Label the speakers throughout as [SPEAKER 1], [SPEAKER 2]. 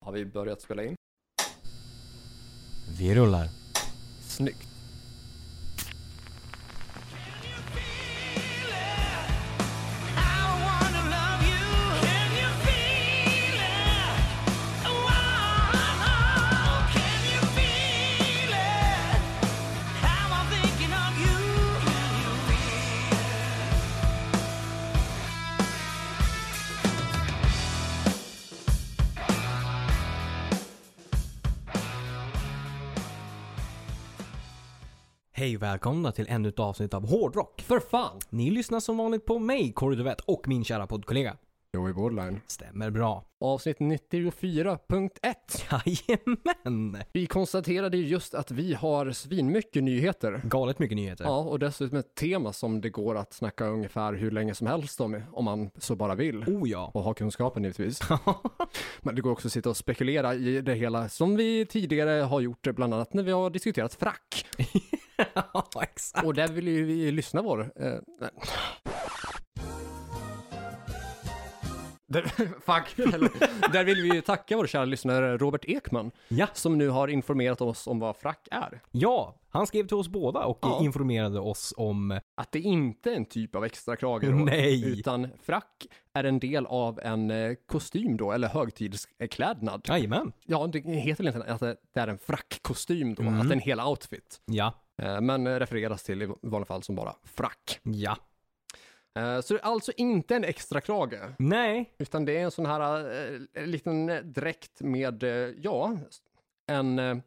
[SPEAKER 1] Har vi börjat spela in?
[SPEAKER 2] Vi rullar.
[SPEAKER 1] Snyggt.
[SPEAKER 2] Hej och välkomna till ännu ett avsnitt av Hårdrock.
[SPEAKER 1] För fan!
[SPEAKER 2] Ni lyssnar som vanligt på mig, Kåre Duvett, och min kära poddkollega.
[SPEAKER 1] Joey Bordline.
[SPEAKER 2] Stämmer bra.
[SPEAKER 1] Avsnitt 94.1.
[SPEAKER 2] Jajamän!
[SPEAKER 1] Vi konstaterade ju just att vi har svinmycket nyheter.
[SPEAKER 2] Galet mycket nyheter.
[SPEAKER 1] Ja, och dessutom ett tema som det går att snacka ungefär hur länge som helst om, om man så bara vill.
[SPEAKER 2] Oh ja.
[SPEAKER 1] Och ha kunskapen givetvis. Men det går också att sitta och spekulera i det hela, som vi tidigare har gjort, bland annat när vi har diskuterat frack.
[SPEAKER 2] ja, exakt.
[SPEAKER 1] Och där vill ju vi lyssna vår... Eh, nej. Där, fuck! Eller, där vill vi ju tacka vår kära lyssnare Robert Ekman,
[SPEAKER 2] Ja.
[SPEAKER 1] som nu har informerat oss om vad frack är.
[SPEAKER 2] ja, han skrev till oss båda och
[SPEAKER 1] Ja.
[SPEAKER 2] informerade oss om...
[SPEAKER 1] Att det inte är en typ av extra krager,
[SPEAKER 2] Nej.
[SPEAKER 1] utan frack är en del av en eh, kostym då, eller högtidsklädnad.
[SPEAKER 2] Jajamän.
[SPEAKER 1] Ja, det heter väl inte att det det är en frackkostym då, att det är en hel outfit.
[SPEAKER 2] Ja.
[SPEAKER 1] Eh, Men eh, refereras till i vanliga fall som bara frack.
[SPEAKER 2] Ja.
[SPEAKER 1] Eh, Så det är alltså inte en extra krage,
[SPEAKER 2] Nej.
[SPEAKER 1] utan det är en sån här eh, liten eh, dräkt med, eh, ja, en, eh,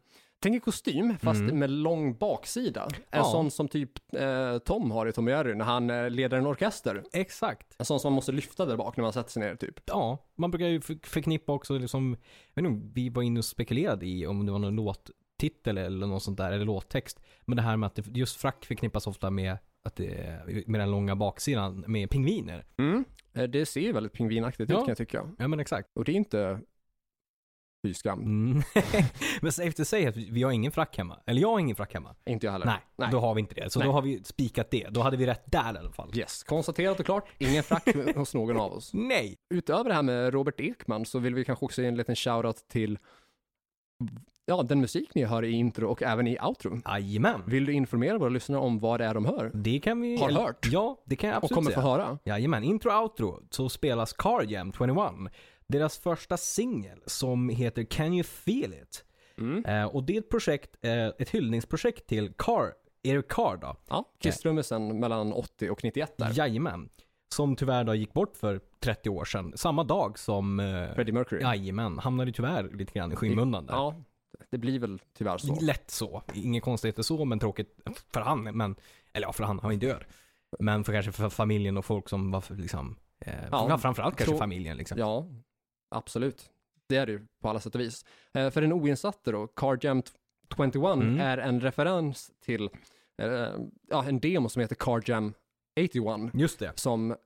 [SPEAKER 1] tänk en kostym fast med lång baksida. En
[SPEAKER 2] Mm. Ja.
[SPEAKER 1] sån som typ eh, Tom har i Tom och Jerry när han eh, leder en orkester.
[SPEAKER 2] Exakt.
[SPEAKER 1] En sån som man måste lyfta där bak när man sätter sig ner typ.
[SPEAKER 2] Ja, man brukar ju för- förknippa också liksom... Jag vet inte, om vi var inne och spekulerade i om det var någon låttitel eller något sånt där, eller låttext. Men det här med att det, just frack förknippas ofta med att det, med den långa baksidan med pingviner.
[SPEAKER 1] Eh, Det ser ju väldigt pingvinaktigt
[SPEAKER 2] Mm. Ja.
[SPEAKER 1] ut kan jag tycka.
[SPEAKER 2] Ja men exakt.
[SPEAKER 1] Och det är inte fy skam.
[SPEAKER 2] Mm. men safe to say att vi har ingen frack hemma. Eller jag har ingen frack hemma.
[SPEAKER 1] Inte jag heller.
[SPEAKER 2] Nej,
[SPEAKER 1] Nej.
[SPEAKER 2] då har vi inte det. Så
[SPEAKER 1] Nej.
[SPEAKER 2] då har vi spikat det. Då hade vi rätt där i alla fall.
[SPEAKER 1] Yes, konstaterat och klart. Ingen frack hos någon av oss.
[SPEAKER 2] Nej!
[SPEAKER 1] utöver det här med Robert Ekman så vill vi kanske också ge en liten shoutout till ja, den musik ni hör i intro och även i outro.
[SPEAKER 2] Jajamän.
[SPEAKER 1] Vill du informera våra lyssnare om vad det är de hör
[SPEAKER 2] Det kan vi...
[SPEAKER 1] Har hört.
[SPEAKER 2] Ja, det kan jag
[SPEAKER 1] och
[SPEAKER 2] absolut
[SPEAKER 1] kommer
[SPEAKER 2] säga.
[SPEAKER 1] få höra?
[SPEAKER 2] Jajamän, intro och outro så spelas Car Jam 21. Deras första singel som heter Can You Feel It?
[SPEAKER 1] Mm.
[SPEAKER 2] Eh, och det är ett projekt, eh, ett hyllningsprojekt till Car, Eric Carr då.
[SPEAKER 1] Ja, Kisstrummisen mellan 80 och 91 där.
[SPEAKER 2] Jajamän. Som tyvärr då gick bort för 30 år sedan. Samma dag som... Eh,
[SPEAKER 1] Freddie Mercury.
[SPEAKER 2] jajamän, hamnade tyvärr lite grann i skymundan där.
[SPEAKER 1] Ja, det blir väl tyvärr så.
[SPEAKER 2] Lätt så. Inget konstigt så, men tråkigt för han. Men, eller ja, för han, han är ju död. Men för kanske för familjen och folk som var för, liksom... Eh,
[SPEAKER 1] Ja,
[SPEAKER 2] ja, framförallt kanske
[SPEAKER 1] trå-
[SPEAKER 2] familjen liksom.
[SPEAKER 1] Ja, absolut. Det är det ju på alla sätt och vis. Eh, för den oinsatte då, Car Jam 21
[SPEAKER 2] Mm.
[SPEAKER 1] är en referens till eh, ja, en demo som heter Car Jam 81.
[SPEAKER 2] Just det.
[SPEAKER 1] som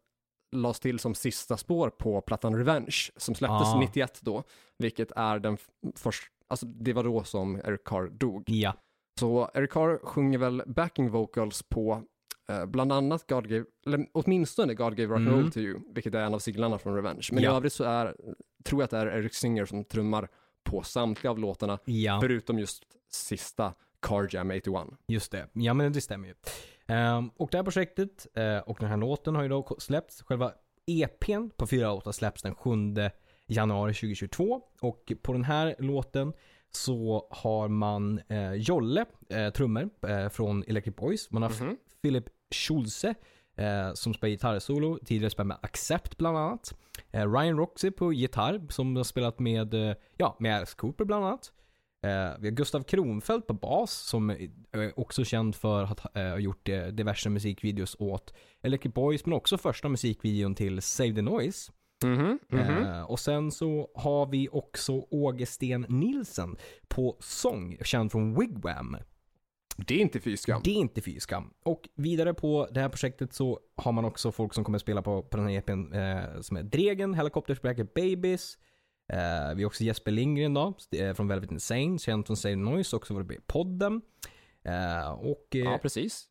[SPEAKER 1] lades till som sista spår på plattan Revenge som släpptes
[SPEAKER 2] Ah.
[SPEAKER 1] 91 då, vilket är den f- först, alltså det var då som Eric Carr dog.
[SPEAKER 2] Ja.
[SPEAKER 1] Så Eric Carr sjunger väl backing vocals på eh, bland annat God Gave, eller åtminstone God Gave Rock'n'Roll
[SPEAKER 2] Mm.
[SPEAKER 1] to You, vilket är en av singlarna från Revenge. Men i
[SPEAKER 2] Ja.
[SPEAKER 1] övrigt så är, tror jag att det är Eric Singer som trummar på samtliga av låtarna,
[SPEAKER 2] Ja,
[SPEAKER 1] förutom just sista Car Jam 81.
[SPEAKER 2] just det. Ja, men det stämmer ju. Ehm, och det här projektet eh, och den här låten har ju då släppts. Själva EPn på 4.8 släpps den 7 januari 2022. Och på den här låten så har man eh, Jolle, eh, trummor eh, från Electric Boys. Man har
[SPEAKER 1] Mhm.
[SPEAKER 2] Philip Schulze eh, som spelar gitarrsolo. Tidigare spelat med Accept bland annat. Eh, Ryan Roxy på gitarr som har spelat med, eh, ja, med Alice Cooper bland annat. Eh, vi har Gustav Kronfeldt på bas som eh, är också känd för att ha eh, ha gjort eh, diverse musikvideos åt Electric Boys men också första musikvideon till Save the Noise.
[SPEAKER 1] Mhm, mhm.
[SPEAKER 2] Eh, och sen så har vi också Åge Sten Nilsen på sång, känd från Wigwam.
[SPEAKER 1] Det är inte fy skam.
[SPEAKER 2] Det är inte fy skam. Och vidare på det här projektet så har man också folk som kommer spela på, på den här EPn eh, som är Dregen, Helicopters, Bracket Babies. Eh, vi har också Jesper Lindgren då, st- eh, från Velvet Insane, känd från Save Noise, också varit med i podden. Eh, och eh,
[SPEAKER 1] Ja, precis.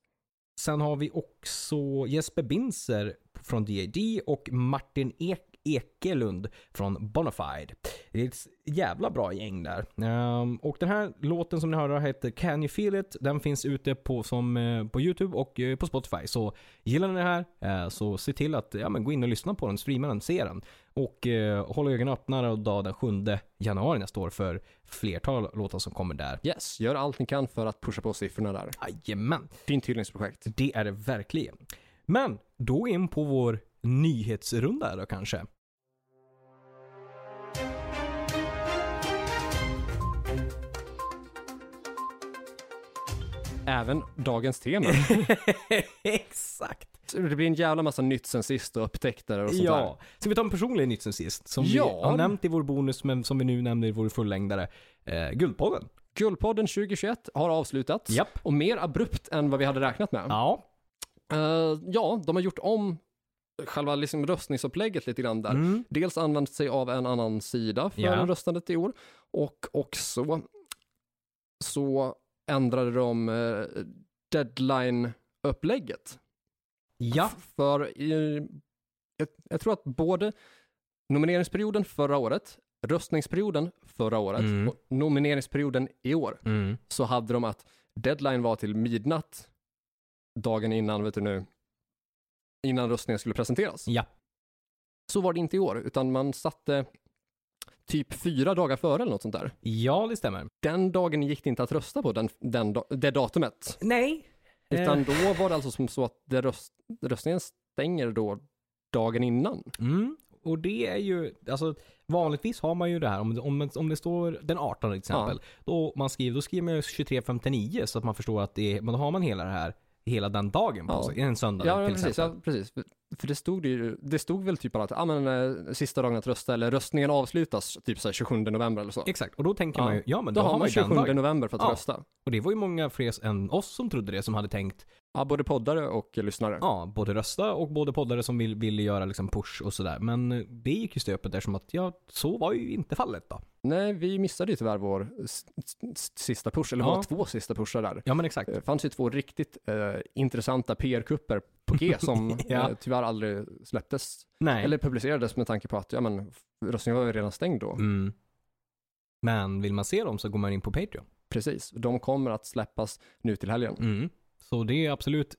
[SPEAKER 2] sen har vi också Jesper Binzer från DAD och Martin Ek Ekelund från Bonafide. Det är ett jävla bra gäng där. Ehm, och den här låten som ni hörde heter Can You Feel It? Den finns ute på, som, eh, på YouTube och eh, på Spotify. Så gillar ni det här eh, så se till att ja, men gå in och lyssna på den, streama den, se den. Och eh, håll ögonen öppna och dag den 7 januari nästa år för flertal låtar som kommer där.
[SPEAKER 1] Yes, gör allt ni kan för att pusha på siffrorna där.
[SPEAKER 2] Jajamän,
[SPEAKER 1] Fint hyllningsprojekt.
[SPEAKER 2] det är det verkligen. Men då in på vår nyhetsrunda då kanske.
[SPEAKER 1] Även dagens tema.
[SPEAKER 2] Exakt!
[SPEAKER 1] Så det blir en jävla massa nytt sen sist och upptäckter och sånt där.
[SPEAKER 2] Ja. Ska vi ta en personlig nytt sen sist? Som
[SPEAKER 1] Ja.
[SPEAKER 2] vi har nämnt i vår bonus, men som vi nu nämner i vår fullängdare. Eh, Guldpodden.
[SPEAKER 1] Guldpodden 2021 har avslutats.
[SPEAKER 2] Japp.
[SPEAKER 1] Och mer abrupt än vad vi hade räknat med.
[SPEAKER 2] Ja.
[SPEAKER 1] Eh, ja, de har gjort om själva liksom röstningsupplägget lite grann där.
[SPEAKER 2] Mm.
[SPEAKER 1] Dels använt sig av en annan sida för
[SPEAKER 2] Ja.
[SPEAKER 1] röstandet i år och också så ändrade de eh, deadline-upplägget.
[SPEAKER 2] Ja.
[SPEAKER 1] F- För i, jag, jag tror att både nomineringsperioden förra året, röstningsperioden förra året
[SPEAKER 2] Mm.
[SPEAKER 1] och nomineringsperioden i år så hade de att deadline var till midnatt dagen innan, vet du nu, innan röstningen skulle presenteras.
[SPEAKER 2] Ja.
[SPEAKER 1] Så var det inte i år, utan man satte typ fyra dagar före eller något sånt där.
[SPEAKER 2] Ja, det stämmer.
[SPEAKER 1] Den dagen gick det inte att rösta på den, den, da- det datumet.
[SPEAKER 2] Nej.
[SPEAKER 1] Utan då var det alltså som så att det röst, röstningen stänger då dagen innan.
[SPEAKER 2] Mm. Och det är ju, alltså vanligtvis har man ju det här om, om, om det står den 18 till exempel. Då, man skriver, då skriver man ju 23.59 så att man förstår att det är, men då har man hela det här, hela den dagen på
[SPEAKER 1] Ja.
[SPEAKER 2] sig. En söndag
[SPEAKER 1] Ja,
[SPEAKER 2] till
[SPEAKER 1] precis.
[SPEAKER 2] exempel.
[SPEAKER 1] Ja, precis. För det stod, det ju, det stod väl typ bara att ah, men, eh, sista dagen att rösta eller röstningen avslutas typ så här 27 november eller så.
[SPEAKER 2] Exakt, och då tänker
[SPEAKER 1] Ja.
[SPEAKER 2] man ju, ja men
[SPEAKER 1] Då har man
[SPEAKER 2] ju den
[SPEAKER 1] 27
[SPEAKER 2] dagen.
[SPEAKER 1] november för att
[SPEAKER 2] Ja.
[SPEAKER 1] rösta.
[SPEAKER 2] Och det var ju många fler än oss som trodde det, som hade tänkt
[SPEAKER 1] Ja, både poddare och lyssnare.
[SPEAKER 2] ja, både rösta och både poddare som vill, ville göra liksom push och sådär. Men eh, det gick ju stöpet eftersom att ja, så var ju inte fallet då.
[SPEAKER 1] Nej, vi missade ju tyvärr vår s- s- sista push, eller
[SPEAKER 2] Ja.
[SPEAKER 1] våra två sista pushar där.
[SPEAKER 2] Ja men exakt.
[SPEAKER 1] Det fanns ju två riktigt eh, intressanta PR-kupper på G som
[SPEAKER 2] Ja.
[SPEAKER 1] eh, tyvärr aldrig släpptes.
[SPEAKER 2] Nej.
[SPEAKER 1] Eller publicerades med tanke på att ja, men, röstningen var ju redan stängd då.
[SPEAKER 2] Mm. Men vill man se dem så går man in på Patreon.
[SPEAKER 1] Precis, de kommer att släppas nu till helgen.
[SPEAKER 2] Mm. Så det är absolut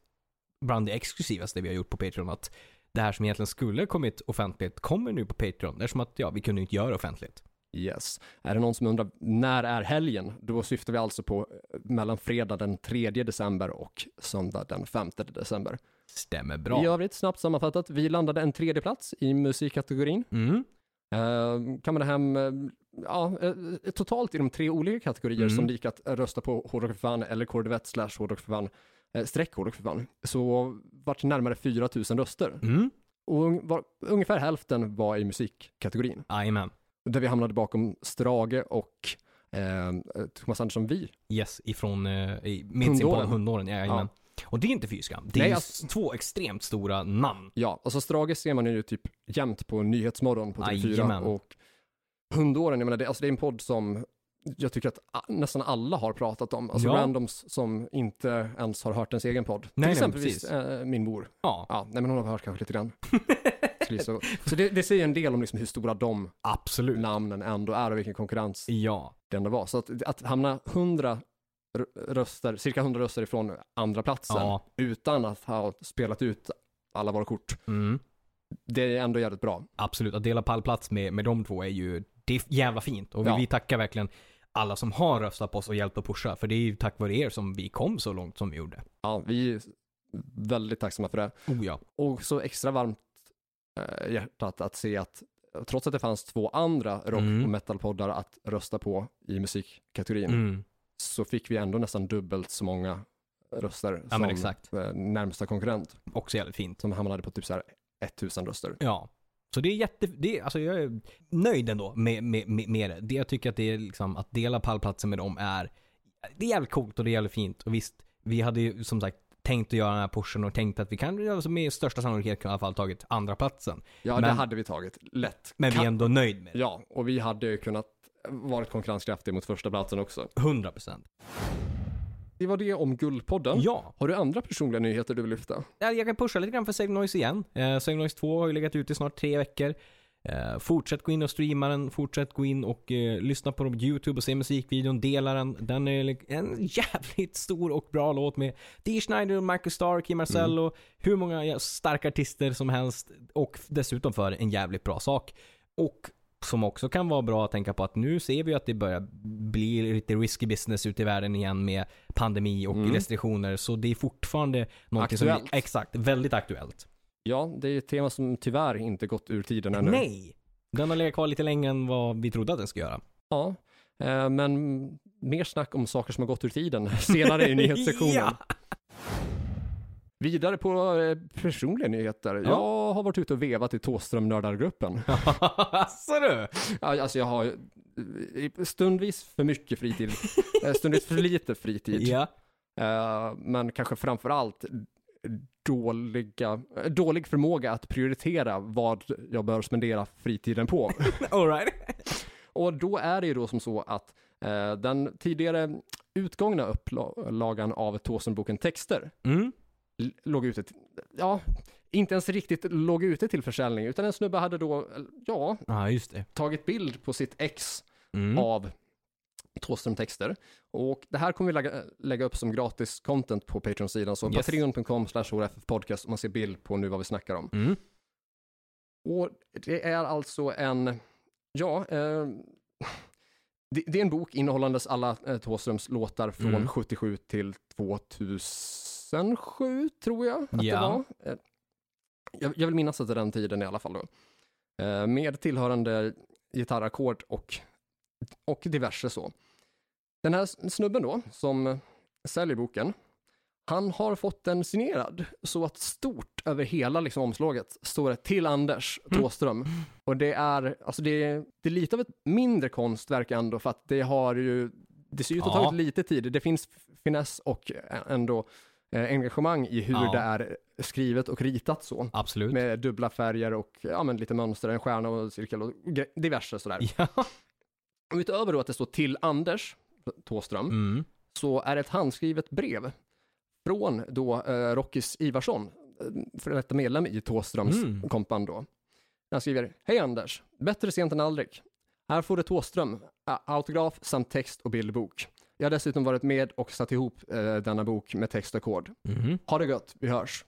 [SPEAKER 2] bland det exklusivaste vi har gjort på Patreon. Att det här som egentligen skulle kommit offentligt kommer nu på Patreon. Eftersom att ja, vi kunde ju inte göra det offentligt.
[SPEAKER 1] Yes. Är det någon som undrar, när är helgen? Då syftar vi alltså på eh, mellan fredag den 3 december och söndag den 5 december.
[SPEAKER 2] Stämmer bra.
[SPEAKER 1] I övrigt, snabbt sammanfattat, vi landade en tredje plats i musikkategorin.
[SPEAKER 2] Mm.
[SPEAKER 1] Eh, Kammade hem eh, ja, eh, totalt i de tre olika kategorier
[SPEAKER 2] Mm.
[SPEAKER 1] som det gick att eh, rösta på Hårdrock för fan eller Kordivett slash Hårdrock för fan, eh, streck Hårdrock för fan, så vart det närmare 4 000 röster.
[SPEAKER 2] Mm.
[SPEAKER 1] Och un- var, ungefär hälften var i musikkategorin,
[SPEAKER 2] Jajamän.
[SPEAKER 1] där vi hamnade bakom Strage och eh, Thomas Andersson Vi.
[SPEAKER 2] Yes, ifrån eh, i- med sin
[SPEAKER 1] Hundåren.
[SPEAKER 2] podd Hundåren. Ja, Och det är inte fy skam. Det är
[SPEAKER 1] Nej,
[SPEAKER 2] ju
[SPEAKER 1] alltså-
[SPEAKER 2] två extremt stora namn.
[SPEAKER 1] Ja, alltså Strage ser man ju typ jämt på Nyhetsmorgon på TV4
[SPEAKER 2] Jajamän.
[SPEAKER 1] och Hundåren, jag menar det, alltså det är en podd som jag tycker att a- nästan alla har pratat om. Alltså
[SPEAKER 2] Ja.
[SPEAKER 1] randoms som inte ens har hört ens egen podd.
[SPEAKER 2] nej,
[SPEAKER 1] Till exempelvis
[SPEAKER 2] precis.
[SPEAKER 1] eh, min mor.
[SPEAKER 2] Ja,
[SPEAKER 1] Ja, nej men hon har hört kanske lite grann. Skulle så så det, det säger en del om liksom hur stora de
[SPEAKER 2] absolut.
[SPEAKER 1] namnen ändå är och vilken konkurrens
[SPEAKER 2] Ja,
[SPEAKER 1] det ändå var. Så att, att hamna 100 r- röster, cirka 100 röster ifrån andra platsen
[SPEAKER 2] ja.
[SPEAKER 1] utan att ha spelat ut alla våra kort,
[SPEAKER 2] Mm.
[SPEAKER 1] det är ändå jävligt bra.
[SPEAKER 2] absolut. Att dela pallplats med, med de två är ju det är jävla fint. Och vi,
[SPEAKER 1] Ja.
[SPEAKER 2] vi tackar verkligen alla som har röstat på oss och hjälpt att pusha. För det är ju tack vare er som vi kom så långt som vi gjorde.
[SPEAKER 1] Ja, vi är väldigt tacksamma för det.
[SPEAKER 2] Oh ja.
[SPEAKER 1] Och så extra varmt eh, hjärtat att se att eh, trots att det fanns två andra rock
[SPEAKER 2] Mm.
[SPEAKER 1] och metalpoddar att rösta på i musikkategorin
[SPEAKER 2] Mm.
[SPEAKER 1] så fick vi ändå nästan dubbelt så många röster
[SPEAKER 2] Ja,
[SPEAKER 1] som
[SPEAKER 2] men exakt.
[SPEAKER 1] eh, närmsta konkurrent
[SPEAKER 2] Också jävligt fint.
[SPEAKER 1] som hamnade på typ så här 1000 röster.
[SPEAKER 2] Ja. Så det är jätte... Det är, alltså jag är nöjd ändå med, med, med, med det. det. Jag tycker att det är liksom, att dela pallplatsen med dem är... Det är jävligt coolt och det är jävligt fint. Och visst, vi hade ju som sagt tänkt att göra den här pushen och tänkt att vi kan alltså med största sannolikhet i alla fall tagit andra platsen.
[SPEAKER 1] Ja, det
[SPEAKER 2] Men-
[SPEAKER 1] hade vi tagit lätt.
[SPEAKER 2] Men vi
[SPEAKER 1] Kan-
[SPEAKER 2] är ändå nöjd med det.
[SPEAKER 1] Ja, och vi hade ju kunnat varit konkurrenskraftiga mot första platsen också.
[SPEAKER 2] 100%.
[SPEAKER 1] Det var det om Guldpodden.
[SPEAKER 2] Ja.
[SPEAKER 1] Har du andra personliga nyheter du vill lyfta?
[SPEAKER 2] Ja, Jag kan pusha lite grann för Save Noise igen. Eh, Save Noise 2 har ju legat ute i snart tre veckor. Eh, fortsätt gå in och streama den, fortsätt gå in och eh, lyssna på dem på YouTube och se musikvideon, dela den. Den är li- en jävligt stor och bra låt med Dee Schneider, Michael Stark, Kim Marcello, hur många jä- starka artister som helst och dessutom för en jävligt bra sak. Och som också kan vara bra att tänka på att nu ser vi ju att det börjar bli lite risky business ute i världen igen med pandemi och
[SPEAKER 1] Mm.
[SPEAKER 2] restriktioner. Så det är fortfarande någonting
[SPEAKER 1] Aktuellt.
[SPEAKER 2] som är exakt, väldigt aktuellt.
[SPEAKER 1] Ja, det är ett tema som tyvärr inte gått ur tiden ännu.
[SPEAKER 2] Nej! Den har legat kvar lite längre än vad vi trodde att den skulle göra.
[SPEAKER 1] Ja, eh, men mer snack om saker som har gått ur tiden senare i nyhetssektionen.
[SPEAKER 2] Ja.
[SPEAKER 1] Vidare på eh, personliga nyheter. Jag har varit ute och vevat i Thåström-nördargruppen.
[SPEAKER 2] Asså du!
[SPEAKER 1] Ja, Alltså jag har eh, stundvis för mycket fritid, eh, stundvis för lite fritid.
[SPEAKER 2] Ja.
[SPEAKER 1] Eh, Men kanske framför allt dåliga, eh, dålig förmåga att prioritera vad jag bör spendera fritiden på.
[SPEAKER 2] Alright.
[SPEAKER 1] Och då är det ju då som så att eh, den tidigare utgångna upplagan av Tåsenboken Texter
[SPEAKER 2] Mm.
[SPEAKER 1] l- låg ute, till, ja, inte ens riktigt låg ute till försäljning, utan en snubbe hade då, ja,
[SPEAKER 2] Ja, just det.
[SPEAKER 1] tagit bild på sitt ex
[SPEAKER 2] Mm.
[SPEAKER 1] av Thåström-texter. Och det här kommer vi lägga, lägga upp som gratis content på Patreon-sidan, så
[SPEAKER 2] Yes.
[SPEAKER 1] patreon.com slash podcast om man ser bild på nu vad vi snackar om.
[SPEAKER 2] Mm.
[SPEAKER 1] Och det är alltså en, ja, eh, det, det är en bok innehållandes alla eh, Thåströms låtar från
[SPEAKER 2] Mm.
[SPEAKER 1] 77 till 2007, tror jag att
[SPEAKER 2] Ja.
[SPEAKER 1] det var. Eh, jag, jag vill minnas att det är den tiden i alla fall då. Eh, med tillhörande gitarrackord och, och diverse så. Den här snubben då, som säljer boken, han har fått den signerad så att stort över hela liksom, omslaget står det till Anders
[SPEAKER 2] Mm.
[SPEAKER 1] Thåström. Och det är, alltså det, är, det är lite av ett mindre konstverk ändå för att det har ju, det ser ut att ha
[SPEAKER 2] Ja.
[SPEAKER 1] tagit lite tid. Det finns finess och ändå eh, engagemang i hur
[SPEAKER 2] Ja.
[SPEAKER 1] det är skrivet och ritat så.
[SPEAKER 2] Absolut.
[SPEAKER 1] Med dubbla färger och ja, men lite mönster, en stjärna och en cirkel och gre- diverse sådär.
[SPEAKER 2] Ja.
[SPEAKER 1] Och utöver då att det står till Anders Thåström
[SPEAKER 2] Mm.
[SPEAKER 1] så är det ett handskrivet brev från då eh, Rockis Ivarsson, eh, före detta medlem i Thåströms
[SPEAKER 2] Mm.
[SPEAKER 1] kompan då. Han skriver, hej Anders, bättre sent än aldrig. Här får du Thåström, a- autograf samt text och bildbok. Jag har dessutom varit med och satt ihop eh, denna bok med text och ackord.
[SPEAKER 2] Mm.
[SPEAKER 1] Ha det gött, vi hörs.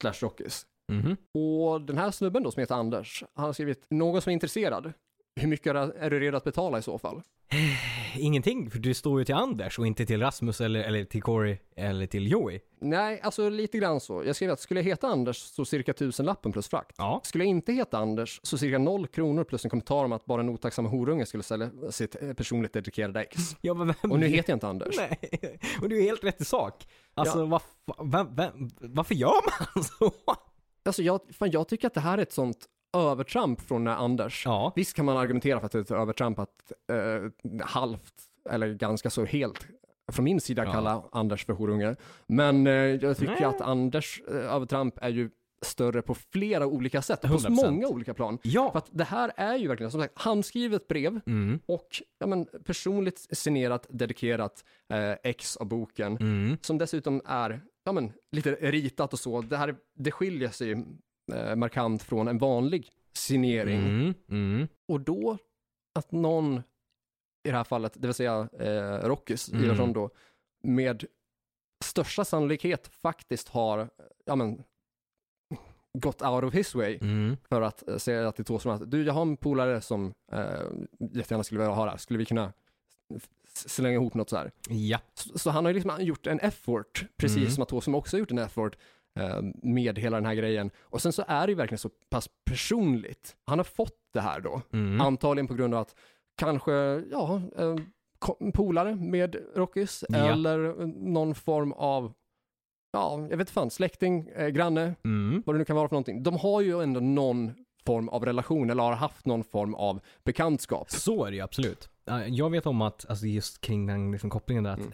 [SPEAKER 1] Slash Rockis.
[SPEAKER 2] Mm.
[SPEAKER 1] Och den här snubben då som heter Anders, han har skrivit, någon som är intresserad, hur mycket är du redo att betala i så fall?
[SPEAKER 2] Ingenting, för det står ju till Anders och inte till Rasmus eller, eller till Corey eller till Joey.
[SPEAKER 1] Nej, alltså lite grann så. Jag skrev att skulle jag heta Anders så cirka tusenlappen plus frakt.
[SPEAKER 2] Ja.
[SPEAKER 1] Skulle jag inte heta Anders så cirka noll kronor plus en kommentar om att bara en otacksam horunge skulle sälja sitt eh, personligt dedikerade ex.
[SPEAKER 2] Ja, men vem
[SPEAKER 1] Och nu
[SPEAKER 2] vet-
[SPEAKER 1] heter jag inte Anders.
[SPEAKER 2] Nej, och du är helt rätt i sak. Alltså,
[SPEAKER 1] Ja.
[SPEAKER 2] vad fa- vem, vem, varför gör man så?
[SPEAKER 1] Alltså jag, fan, jag tycker att det här är ett sånt övertramp från eh, Anders.
[SPEAKER 2] Ja,
[SPEAKER 1] Visst kan man argumentera för att det är ett övertramp att eh, halvt eller ganska så helt från min sida
[SPEAKER 2] Ja.
[SPEAKER 1] kalla Anders för horunge. Men eh, jag tycker
[SPEAKER 2] Nej.
[SPEAKER 1] att Anders eh, övertramp är ju större på flera olika sätt. På så
[SPEAKER 2] 100%.
[SPEAKER 1] många olika plan. För
[SPEAKER 2] ja.
[SPEAKER 1] att det här är ju verkligen, som sagt, handskrivet brev
[SPEAKER 2] Mm.
[SPEAKER 1] och ja, men, personligt signerat, dedikerat eh, ex av boken.
[SPEAKER 2] Mm.
[SPEAKER 1] Som dessutom är ja, men, lite ritat och så. Det, här, det skiljer sig eh, markant från en vanlig signering.
[SPEAKER 2] Mm. Mm.
[SPEAKER 1] Och då att någon, i det här fallet, det vill säga eh, Rockis
[SPEAKER 2] Mm.
[SPEAKER 1] Ivarsson då, med största sannolikhet faktiskt har, ja men, gått out of his way
[SPEAKER 2] Mm.
[SPEAKER 1] för att eh, säga till Thåström att du, jag har en polare som eh, jättegärna skulle vilja ha det här. Skulle vi kunna f- slänga ihop något så här?
[SPEAKER 2] Ja.
[SPEAKER 1] Så, så han har ju liksom gjort en effort, precis
[SPEAKER 2] Mm.
[SPEAKER 1] som att Thåström också har gjort en effort eh, med hela den här grejen. Och sen så är det ju verkligen så pass personligt. Han har fått det här då,
[SPEAKER 2] Mm.
[SPEAKER 1] antagligen på grund av att kanske, ja, eh, ko- polare med Rockis
[SPEAKER 2] Ja.
[SPEAKER 1] eller eh, någon form av, ja, jag vet inte fan, släkting, eh, granne,
[SPEAKER 2] Mm.
[SPEAKER 1] vad det nu kan vara för någonting. De har ju ändå någon form av relation eller har haft någon form av bekantskap.
[SPEAKER 2] Så är det ju absolut. Ja, Jag vet om att, alltså just kring den liksom kopplingen där att,
[SPEAKER 1] Mm.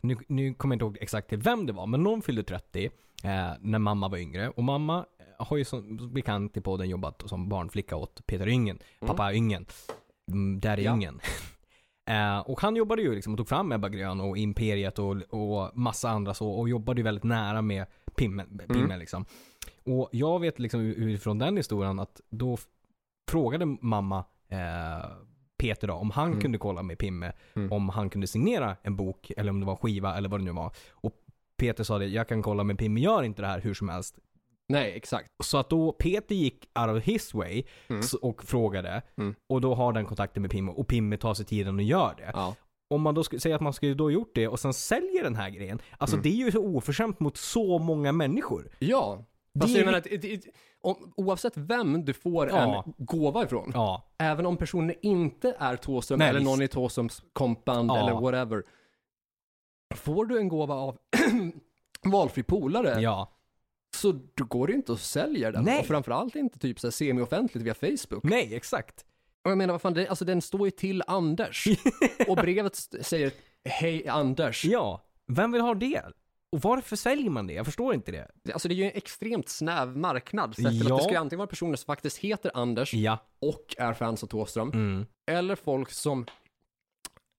[SPEAKER 2] nu, nu kommer jag inte ihåg exakt till vem det var, men någon fyllde 30 eh, när mamma var yngre. Och mamma eh, har ju som bekant i podden jobbat som barnflicka åt Peter Yngen, pappa Yngen. Mm, Där är
[SPEAKER 1] Ja.
[SPEAKER 2] Yngen. Eh, och han jobbade ju liksom och tog fram Ebba Grön och Imperiet och, och massa andra så och jobbade ju väldigt nära med
[SPEAKER 1] Mm.
[SPEAKER 2] Pimmel, pimmel liksom. Och jag vet liksom u- utifrån den historien att då f- frågade mamma eh, Peter då, om han
[SPEAKER 1] Mm.
[SPEAKER 2] kunde kolla med Pimme
[SPEAKER 1] Mm.
[SPEAKER 2] om han kunde signera en bok eller om det var en skiva eller vad det nu var. Och Peter sa det, jag kan kolla men Pimme gör inte det här hur som helst.
[SPEAKER 1] Nej, exakt.
[SPEAKER 2] Så att då Peter gick out of his way
[SPEAKER 1] Mm.
[SPEAKER 2] s- och frågade
[SPEAKER 1] Mm.
[SPEAKER 2] och då har den kontakten med Pimme och Pimme tar sig tiden och gör det.
[SPEAKER 1] Ja.
[SPEAKER 2] Om man då skulle säga att man skulle då gjort det och sen säljer den här grejen. Alltså
[SPEAKER 1] Mm.
[SPEAKER 2] det är ju så oförskämt mot så många människor.
[SPEAKER 1] Ja.
[SPEAKER 2] Det
[SPEAKER 1] Fast
[SPEAKER 2] är
[SPEAKER 1] jag menar,
[SPEAKER 2] ju-
[SPEAKER 1] att, det- det- om, oavsett vem du får
[SPEAKER 2] Ja.
[SPEAKER 1] en gåva ifrån,
[SPEAKER 2] Ja,
[SPEAKER 1] även om personen inte är Thåström
[SPEAKER 2] Nej,
[SPEAKER 1] eller
[SPEAKER 2] visst.
[SPEAKER 1] någon i Thåströms kompband
[SPEAKER 2] Ja.
[SPEAKER 1] eller whatever. Får du en gåva av valfri polare
[SPEAKER 2] ja.
[SPEAKER 1] så då går det ju inte att sälja den.
[SPEAKER 2] Nej.
[SPEAKER 1] Och framförallt inte typ så här semi-offentligt via Facebook.
[SPEAKER 2] Nej, exakt.
[SPEAKER 1] Och jag menar, vad fan, det, alltså den står ju till Anders. och brevet st- säger Hej Anders.
[SPEAKER 2] Ja, vem vill ha det? Och varför säljer man det? Jag förstår inte det.
[SPEAKER 1] Alltså det är ju en extremt snäv marknad. Sett till
[SPEAKER 2] Ja.
[SPEAKER 1] att det ska ju antingen vara personer som faktiskt heter Anders
[SPEAKER 2] Ja.
[SPEAKER 1] och är fans av Thåström.
[SPEAKER 2] Mm.
[SPEAKER 1] Eller folk som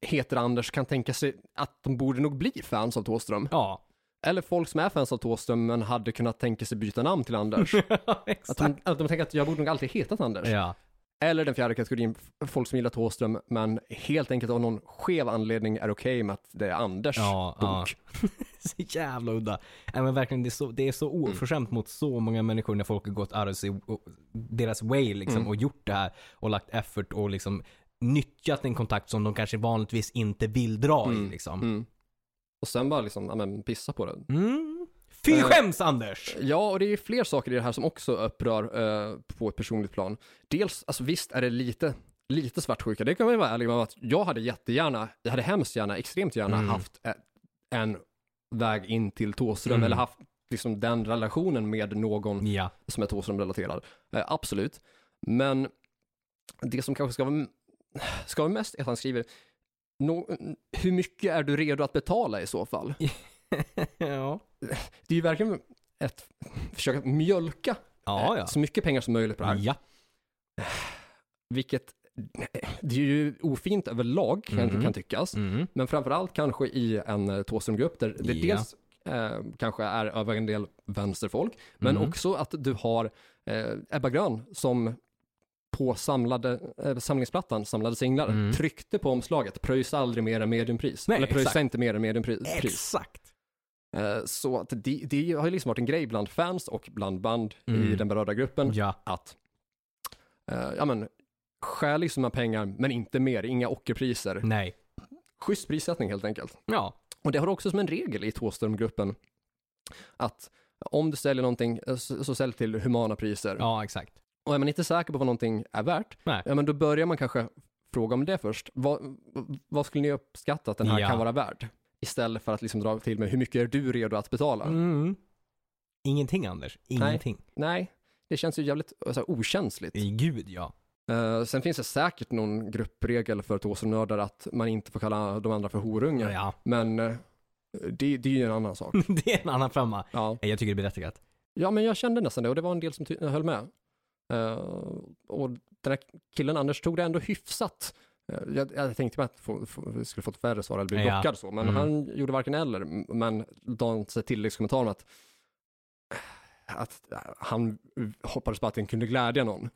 [SPEAKER 1] heter Anders kan tänka sig att de borde nog bli fans av Thåström.
[SPEAKER 2] Ja.
[SPEAKER 1] Eller folk som är fans av Thåström men hade kunnat tänka sig byta namn till Anders. Att
[SPEAKER 2] exakt.
[SPEAKER 1] de, att de tänker att jag borde nog alltid hetat Anders.
[SPEAKER 2] Ja.
[SPEAKER 1] Eller den fjärde kategorin, f- folk som gillar Thåström men helt enkelt av någon skev anledning är okej med att det är Anders
[SPEAKER 2] Ja, ja.
[SPEAKER 1] bok.
[SPEAKER 2] Så jävla udda. Nej, men verkligen, det är så, det är så
[SPEAKER 1] Mm.
[SPEAKER 2] oförskämt mot så många människor när folk har gått out of sig- och- deras way liksom,
[SPEAKER 1] Mm.
[SPEAKER 2] och gjort det här och lagt effort och liksom nyttjat en kontakt som de kanske vanligtvis inte vill dra i. Liksom.
[SPEAKER 1] Mm. Och sen bara liksom, ja men pissa på det.
[SPEAKER 2] Mm. Fy
[SPEAKER 1] Eh.
[SPEAKER 2] skäms Anders!
[SPEAKER 1] Ja, och det är ju fler saker i det här som också upprör eh, på ett personligt plan. Dels, alltså visst är det lite, lite svartsjuka, det kan man ju vara ärlig med att jag hade jättegärna, jag hade hemskt gärna, extremt gärna
[SPEAKER 2] Mm.
[SPEAKER 1] haft e- en väg in till Thåström
[SPEAKER 2] Mm.
[SPEAKER 1] eller haft liksom den relationen med någon
[SPEAKER 2] Ja.
[SPEAKER 1] som är Thåström-relaterad. Eh, absolut. Men det som kanske ska vara, ska vara mest är att han skriver, "Nå- hur mycket är du redo att betala i så fall?
[SPEAKER 2] ja.
[SPEAKER 1] Det är ju verkligen ett försök att mjölka eh,
[SPEAKER 2] Ja,
[SPEAKER 1] så mycket pengar som möjligt på det
[SPEAKER 2] ja.
[SPEAKER 1] här.
[SPEAKER 2] Ja.
[SPEAKER 1] Vilket, eh, det är ju ofint överlag kan,
[SPEAKER 2] Mm.
[SPEAKER 1] kan tyckas.
[SPEAKER 2] Mm.
[SPEAKER 1] Men framförallt kanske i en eh, Thåströmgrupp där det
[SPEAKER 2] Ja.
[SPEAKER 1] dels eh, kanske är över en del vänsterfolk, men
[SPEAKER 2] Mm.
[SPEAKER 1] också att du har eh, Ebba Grön som på samlade, eh, samlingsplattan, samlade singlar,
[SPEAKER 2] Mm.
[SPEAKER 1] tryckte på omslaget, pröjsa aldrig mer än mediumpris.
[SPEAKER 2] Nej,
[SPEAKER 1] Eller pröjsa
[SPEAKER 2] exakt.
[SPEAKER 1] inte mer än mediumpris.
[SPEAKER 2] Exakt.
[SPEAKER 1] Eh, så att det, det har ju liksom varit en grej bland fans och bland band i
[SPEAKER 2] Mm.
[SPEAKER 1] den berörda gruppen.
[SPEAKER 2] Ja.
[SPEAKER 1] att eh, ja, men, skälig summa pengar, men inte mer, inga ockerpriser.
[SPEAKER 2] Nej.
[SPEAKER 1] Schysst prissättning helt enkelt.
[SPEAKER 2] Ja.
[SPEAKER 1] Och det har också som en regel i Thåströmgruppen att om du säljer någonting eh, så, så sälj till humana priser.
[SPEAKER 2] Ja, exakt.
[SPEAKER 1] Och är man inte säker på vad någonting är värt,
[SPEAKER 2] Nej.
[SPEAKER 1] ja, men då börjar man kanske fråga om det först. Vad, vad skulle ni uppskatta att den här
[SPEAKER 2] Ja.
[SPEAKER 1] kan vara värd? Istället för att liksom dra till med hur mycket är du redo att betala?
[SPEAKER 2] Mm. Ingenting Anders. Ingenting.
[SPEAKER 1] Nej, det känns ju jävligt eh, så här, okänsligt.
[SPEAKER 2] Gud ja.
[SPEAKER 1] Eh, sen finns det säkert någon gruppregel för Thåströmnördar att man inte får kalla de andra för horungar.
[SPEAKER 2] ja. Mm.
[SPEAKER 1] Men eh, det, det är ju en annan sak.
[SPEAKER 2] det är en annan femma.
[SPEAKER 1] ja.
[SPEAKER 2] Nej, Jag tycker det är berättigat.
[SPEAKER 1] ja, men jag kände nästan det och det var en del som ty- höll med. Eh, och den här killen Anders tog det ändå hyfsat. Eh, jag, jag tänkte mig att få, få, vi skulle fått färre svar eller bli
[SPEAKER 2] Ja.
[SPEAKER 1] blockad så, men
[SPEAKER 2] Mm.
[SPEAKER 1] han gjorde varken eller. M- Men Dan sa tilläggskommentaren att, att eh, han hoppades på att den kunde glädja någon.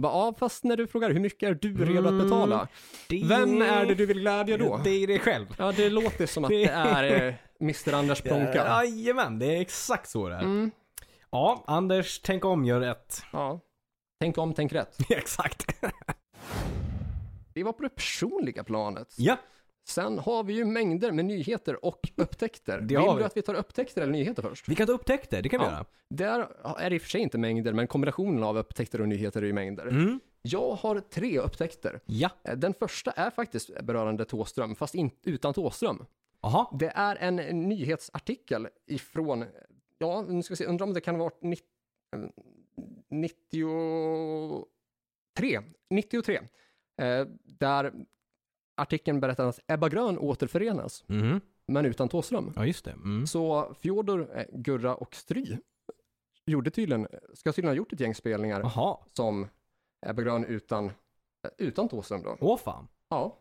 [SPEAKER 1] Bara, ja, fast när du frågar hur mycket är du redo att betala?
[SPEAKER 2] Mm.
[SPEAKER 1] Vem är det du vill glädja då?
[SPEAKER 2] Det är dig själv.
[SPEAKER 1] Ja, det låter som att det är eh, Mr. Anders Plonka.
[SPEAKER 2] Jajamän, det är exakt så det är.
[SPEAKER 1] Mm,
[SPEAKER 2] Ja, Anders, tänk om, gör rätt.
[SPEAKER 1] ja. Tänk om, tänk rätt.
[SPEAKER 2] exakt.
[SPEAKER 1] Det var på det personliga planet.
[SPEAKER 2] ja.
[SPEAKER 1] Sen har vi ju mängder med nyheter och upptäckter.
[SPEAKER 2] Det
[SPEAKER 1] Vill
[SPEAKER 2] har
[SPEAKER 1] du
[SPEAKER 2] vi.
[SPEAKER 1] att vi tar upptäckter eller nyheter först?
[SPEAKER 2] Vi kan ta upptäckter, det kan vi
[SPEAKER 1] Ja.
[SPEAKER 2] göra.
[SPEAKER 1] Där är det i och för sig inte mängder, men kombinationen av upptäckter och nyheter är ju mängder.
[SPEAKER 2] Mm.
[SPEAKER 1] Jag har tre upptäckter.
[SPEAKER 2] Ja.
[SPEAKER 1] Eh, Den första är faktiskt berörande Thåström, fast in, utan Thåström.
[SPEAKER 2] Jaha.
[SPEAKER 1] Det är en nyhetsartikel ifrån, ja, nu ska vi se, undrar om det kan vara 93, 93, eh, där artikeln berättar att Ebba Grön återförenas,
[SPEAKER 2] Mm.
[SPEAKER 1] men utan Thåström.
[SPEAKER 2] Ja, just det. Mm.
[SPEAKER 1] Så Fjodor, eh, Gurra och Stry gjorde tydligen, ska tydligen ha gjort ett gäng spelningar
[SPEAKER 2] Jaha.
[SPEAKER 1] som Ebba Grön utan, eh, utan Thåström då.
[SPEAKER 2] Åh fan.
[SPEAKER 1] Ja,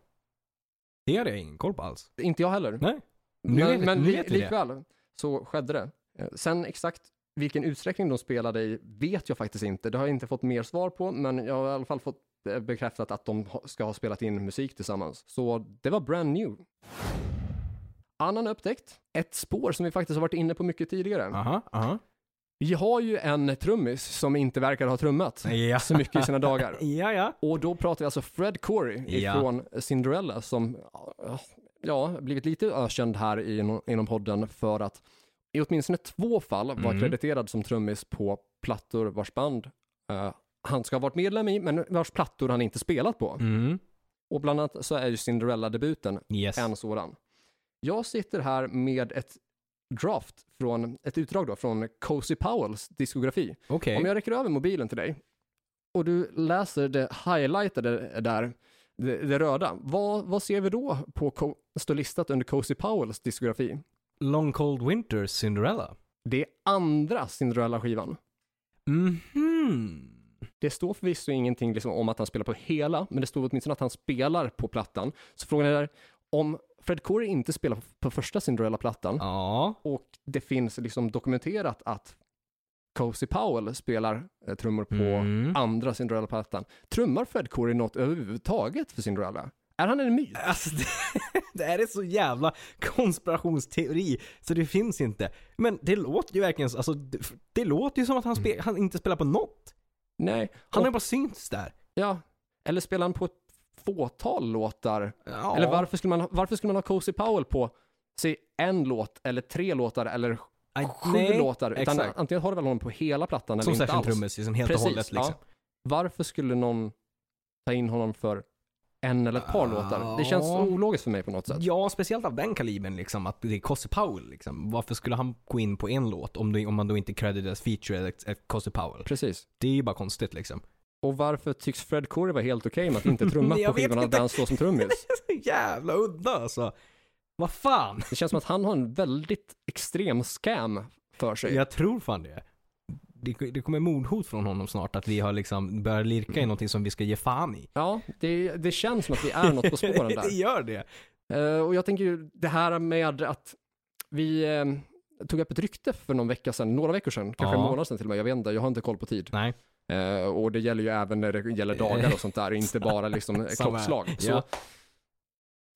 [SPEAKER 2] Det hade jag ingen koll på alls.
[SPEAKER 1] inte jag heller.
[SPEAKER 2] Nej. Nu
[SPEAKER 1] men
[SPEAKER 2] vet-
[SPEAKER 1] men
[SPEAKER 2] nu
[SPEAKER 1] li,
[SPEAKER 2] vet vi det.
[SPEAKER 1] likväl så skedde det. Eh, Sen exakt vilken utsträckning de spelade i vet jag faktiskt inte. Det har jag inte fått mer svar på, men jag har i alla fall fått eh, bekräftat att de ha- ska ha spelat in musik tillsammans. Så det var brand new. Annan upptäckt, ett spår som vi faktiskt har varit inne på mycket tidigare.
[SPEAKER 2] Aha, aha.
[SPEAKER 1] Vi har ju en trummis som inte verkar ha trummat
[SPEAKER 2] Ja.
[SPEAKER 1] så mycket i sina dagar.
[SPEAKER 2] ja, ja.
[SPEAKER 1] Och då pratar vi alltså Fred Corey
[SPEAKER 2] Ja.
[SPEAKER 1] ifrån Cinderella som ja, blivit lite ökänd här inom, inom podden för att i åtminstone två fall var
[SPEAKER 2] Mm.
[SPEAKER 1] krediterad som trummis på plattor vars band eh, han ska ha varit medlem i men vars plattor han inte spelat på.
[SPEAKER 2] Mm.
[SPEAKER 1] Och bland annat så är ju Cinderella-debuten
[SPEAKER 2] Yes.
[SPEAKER 1] en sådan. Jag sitter här med ett draft från, ett utdrag då från Cozy Powells diskografi.
[SPEAKER 2] Okej.
[SPEAKER 1] Om jag räcker över mobilen till dig och du läser det highlightade där, det, det röda, vad, vad ser vi då på, co- står listat under Cozy Powells diskografi?
[SPEAKER 2] Long Cold Winter Cinderella.
[SPEAKER 1] Det är andra Cinderella-skivan.
[SPEAKER 2] Mhm.
[SPEAKER 1] Det står förvisso ingenting liksom om att han spelar på hela, men det står åtminstone att han spelar på plattan. Så frågan är där, om Fred Corey inte spelar på- på första Cinderella-plattan
[SPEAKER 2] Ja.
[SPEAKER 1] och det finns liksom dokumenterat att Cozy Powell spelar eh, trummor på
[SPEAKER 2] Mm.
[SPEAKER 1] andra Cinderella-plattan. Trummar Fred Corey något överhuvudtaget för Cinderella? Är han en myt?
[SPEAKER 2] Alltså det, det här är så jävla konspirationsteori så det finns inte. Men det låter ju verkligen så- alltså det, det låter ju som att han, spe, han inte spelar på något.
[SPEAKER 1] Nej.
[SPEAKER 2] Han
[SPEAKER 1] Och-
[SPEAKER 2] har bara synts där.
[SPEAKER 1] Ja. Eller spelar han på ett fåtal låtar?
[SPEAKER 2] Ja.
[SPEAKER 1] Eller varför skulle, man, varför skulle man ha Cozy Powell på, säg en låt eller tre låtar eller
[SPEAKER 2] Nej,
[SPEAKER 1] sju
[SPEAKER 2] nej,
[SPEAKER 1] låtar? Utan
[SPEAKER 2] exakt.
[SPEAKER 1] antingen har du väl honom på hela plattan
[SPEAKER 2] Som
[SPEAKER 1] eller inte
[SPEAKER 2] session
[SPEAKER 1] alls.
[SPEAKER 2] trummis liksom helt och hållet liksom.
[SPEAKER 1] ja. Varför skulle någon ta in honom för en eller ett par
[SPEAKER 2] Ja.
[SPEAKER 1] låtar? Det känns ologiskt för mig på något sätt.
[SPEAKER 2] Ja, speciellt av den kalibern liksom, att det är Cosse Powell liksom. Varför skulle han gå in på en låt om, det, om man då inte creditades feature ett Cosse Powell?
[SPEAKER 1] Precis.
[SPEAKER 2] Det är ju bara konstigt liksom.
[SPEAKER 1] Och varför tycks Fred Corey vara helt okej med att inte trumma
[SPEAKER 2] Jag
[SPEAKER 1] på
[SPEAKER 2] vet
[SPEAKER 1] skivorna
[SPEAKER 2] inte.
[SPEAKER 1] där han står som trummis?
[SPEAKER 2] Det är så jävla udda alltså. Vad fan?
[SPEAKER 1] Det känns som att han har en väldigt extrem scam för sig.
[SPEAKER 2] Jag tror fan det. Det, det kommer mordhot från honom snart att vi har liksom börjat lirka
[SPEAKER 1] Mm.
[SPEAKER 2] i någonting som vi ska ge fan i.
[SPEAKER 1] Ja, det, det känns som att vi är något på spåren
[SPEAKER 2] det
[SPEAKER 1] där.
[SPEAKER 2] gör det.
[SPEAKER 1] Eh, och jag tänker ju det här med att vi eh, tog upp ett rykte för någon vecka sedan, några veckor sedan, kanske
[SPEAKER 2] Ja.
[SPEAKER 1] en månad sedan till och med, jag vet inte, jag har inte koll på tid.
[SPEAKER 2] Nej.
[SPEAKER 1] Eh, och det gäller ju även när det gäller dagar och sånt där, inte bara liksom eh,
[SPEAKER 2] Samma här.
[SPEAKER 1] klockslag. Så,
[SPEAKER 2] Ja.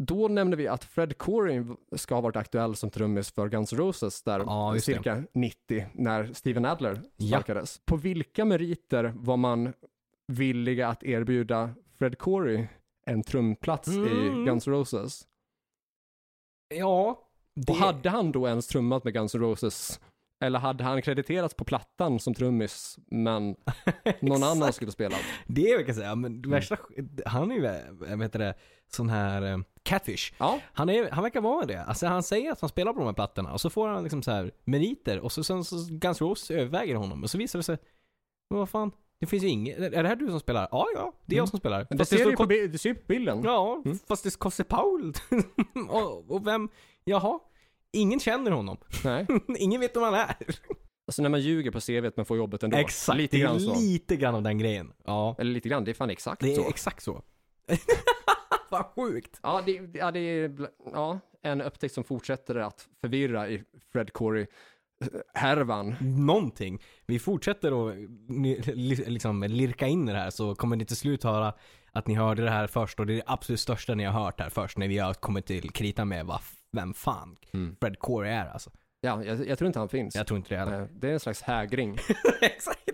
[SPEAKER 1] Då nämnde vi att Fred Corey ska ha varit aktuell som trummis för Guns N' Roses där
[SPEAKER 2] Ja, just det.
[SPEAKER 1] cirka 90 när Steven Adler
[SPEAKER 2] Ja.
[SPEAKER 1] sparkades. På vilka meriter var man villiga att erbjuda Fred Corey en trumplats
[SPEAKER 2] Mm.
[SPEAKER 1] i Guns N' Roses?
[SPEAKER 2] Ja.
[SPEAKER 1] Och hade han då ens trummat med Guns N' Roses? Eller hade han krediterats på plattan som trummis, men någon annan skulle spela?
[SPEAKER 2] Det är väl kan säga,
[SPEAKER 1] Mm.
[SPEAKER 2] men det värsta, han är ju, eh, vad heter det, sån här eh, catfish.
[SPEAKER 1] Ja,
[SPEAKER 2] Han, är, han verkar vara det. Alltså han säger att han spelar på de här plattorna och så får han liksom så här meriter och så sen så Guns N' Roses överväger honom och så visar det sig, men vad fan, det finns ju inget, är det här du som spelar? Ja, ja, det är jag som spelar.
[SPEAKER 1] Mm. men det
[SPEAKER 2] Fast det
[SPEAKER 1] ser
[SPEAKER 2] står
[SPEAKER 1] ju på, bi- det ser ju på bilden.
[SPEAKER 2] Ja, fast det är Kosse Paul. och, och vem, jaha? Ingen känner honom.
[SPEAKER 1] Nej.
[SPEAKER 2] Ingen vet vem han är.
[SPEAKER 1] Alltså när man ljuger på CVt men får jobbet ändå. Lite
[SPEAKER 2] det är
[SPEAKER 1] grann så.
[SPEAKER 2] lite grann av den grejen. Ja,
[SPEAKER 1] Eller lite grann, det är fan exakt
[SPEAKER 2] det är
[SPEAKER 1] så.
[SPEAKER 2] exakt så. Vad sjukt.
[SPEAKER 1] Ja, det, ja, det är bl- ja, en upptäckt som fortsätter att förvirra i Fred eh, Corey-härvan.
[SPEAKER 2] Någonting. Vi fortsätter att ni- li- liksom lirka in i det här så kommer ni till slut höra att ni hörde det här först och det är det absolut största ni har hört här först när vi har kommit till krita med vad, vem fan
[SPEAKER 1] Mm.
[SPEAKER 2] Fred Corey är alltså.
[SPEAKER 1] Ja, jag, jag tror inte han finns.
[SPEAKER 2] Jag tror inte det heller.
[SPEAKER 1] Eh, Det är en slags hägring.
[SPEAKER 2] Exakt.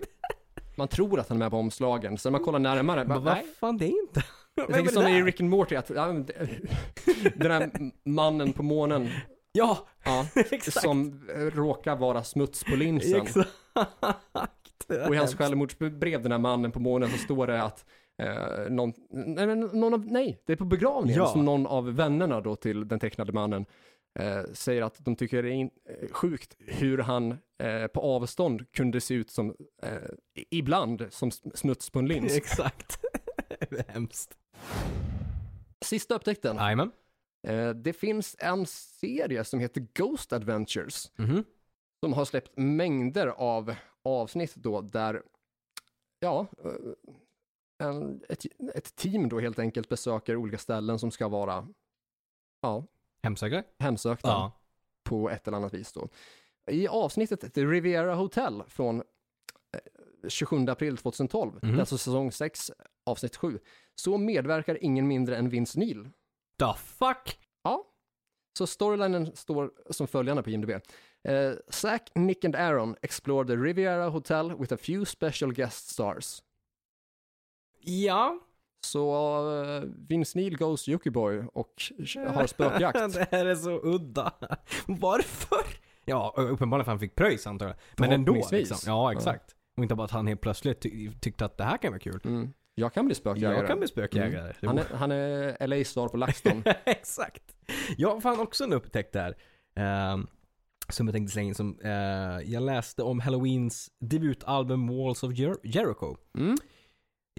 [SPEAKER 1] Man tror att han är med på omslagen, sen när man kollar närmare. Bara,
[SPEAKER 2] Men vad
[SPEAKER 1] nej.
[SPEAKER 2] fan det är inte.
[SPEAKER 1] Jag tänker som i Rick and Morty, att ja, men det- den här mannen på månen
[SPEAKER 2] Ja,
[SPEAKER 1] ja,
[SPEAKER 2] exakt.
[SPEAKER 1] som eh, råkar vara smuts på linsen.
[SPEAKER 2] Exakt.
[SPEAKER 1] Och i hans självmordsbrev, den här mannen på månen, så står det att eh, någon, nej, men någon av, nej, det är på begravningen
[SPEAKER 2] Ja.
[SPEAKER 1] som någon av vännerna då till den tecknade mannen eh, säger att de tycker det är in, eh, sjukt hur han eh, på avstånd kunde se ut som, eh, i- ibland, som s- smuts på en lins.
[SPEAKER 2] Exakt. Hemskt.
[SPEAKER 1] Sista upptäckten.
[SPEAKER 2] Jajamän.
[SPEAKER 1] Eh, det finns en serie som heter Ghost Adventures
[SPEAKER 2] Mhm.
[SPEAKER 1] som har släppt mängder av avsnitt då där, ja, eh, en, ett, ett team då helt enkelt besöker olika ställen som ska vara, ja,
[SPEAKER 2] Hemsökare?
[SPEAKER 1] hemsökta på ett eller annat vis då. i avsnittet The Riviera Hotel från eh, 27 april 2012,
[SPEAKER 2] Mhm.
[SPEAKER 1] det är alltså säsong 6, avsnitt 7, så medverkar ingen mindre än Vince Neil.
[SPEAKER 2] The fuck?
[SPEAKER 1] Så storylinen står som följande på IMDb. Eh, Zack, Nick and Aaron explore the Riviera Hotel with a few special guest stars.
[SPEAKER 2] Ja.
[SPEAKER 1] Så eh, Vince Neil goes Yuki Boy och har spökjakt.
[SPEAKER 2] det här är så udda. Varför? Ja, uppenbarligen för han fick pröjs antar jag. Men ändå.
[SPEAKER 1] Förhoppningsvis.
[SPEAKER 2] Liksom. Ja, exakt. Och inte bara att han helt plötsligt ty- tyckte att det här kan vara kul.
[SPEAKER 1] Mm. Jag kan bli spökjägare.
[SPEAKER 2] Jag kan bli spökjägare.
[SPEAKER 1] Han är, han är LA star på LaxTon.
[SPEAKER 2] Exakt. Jag har fan också en upptäckt där. ehm, som jag tänkte slänga in som, eh, jag läste om Halloweens debutalbum Walls of Jer- Jericho.
[SPEAKER 1] Mm.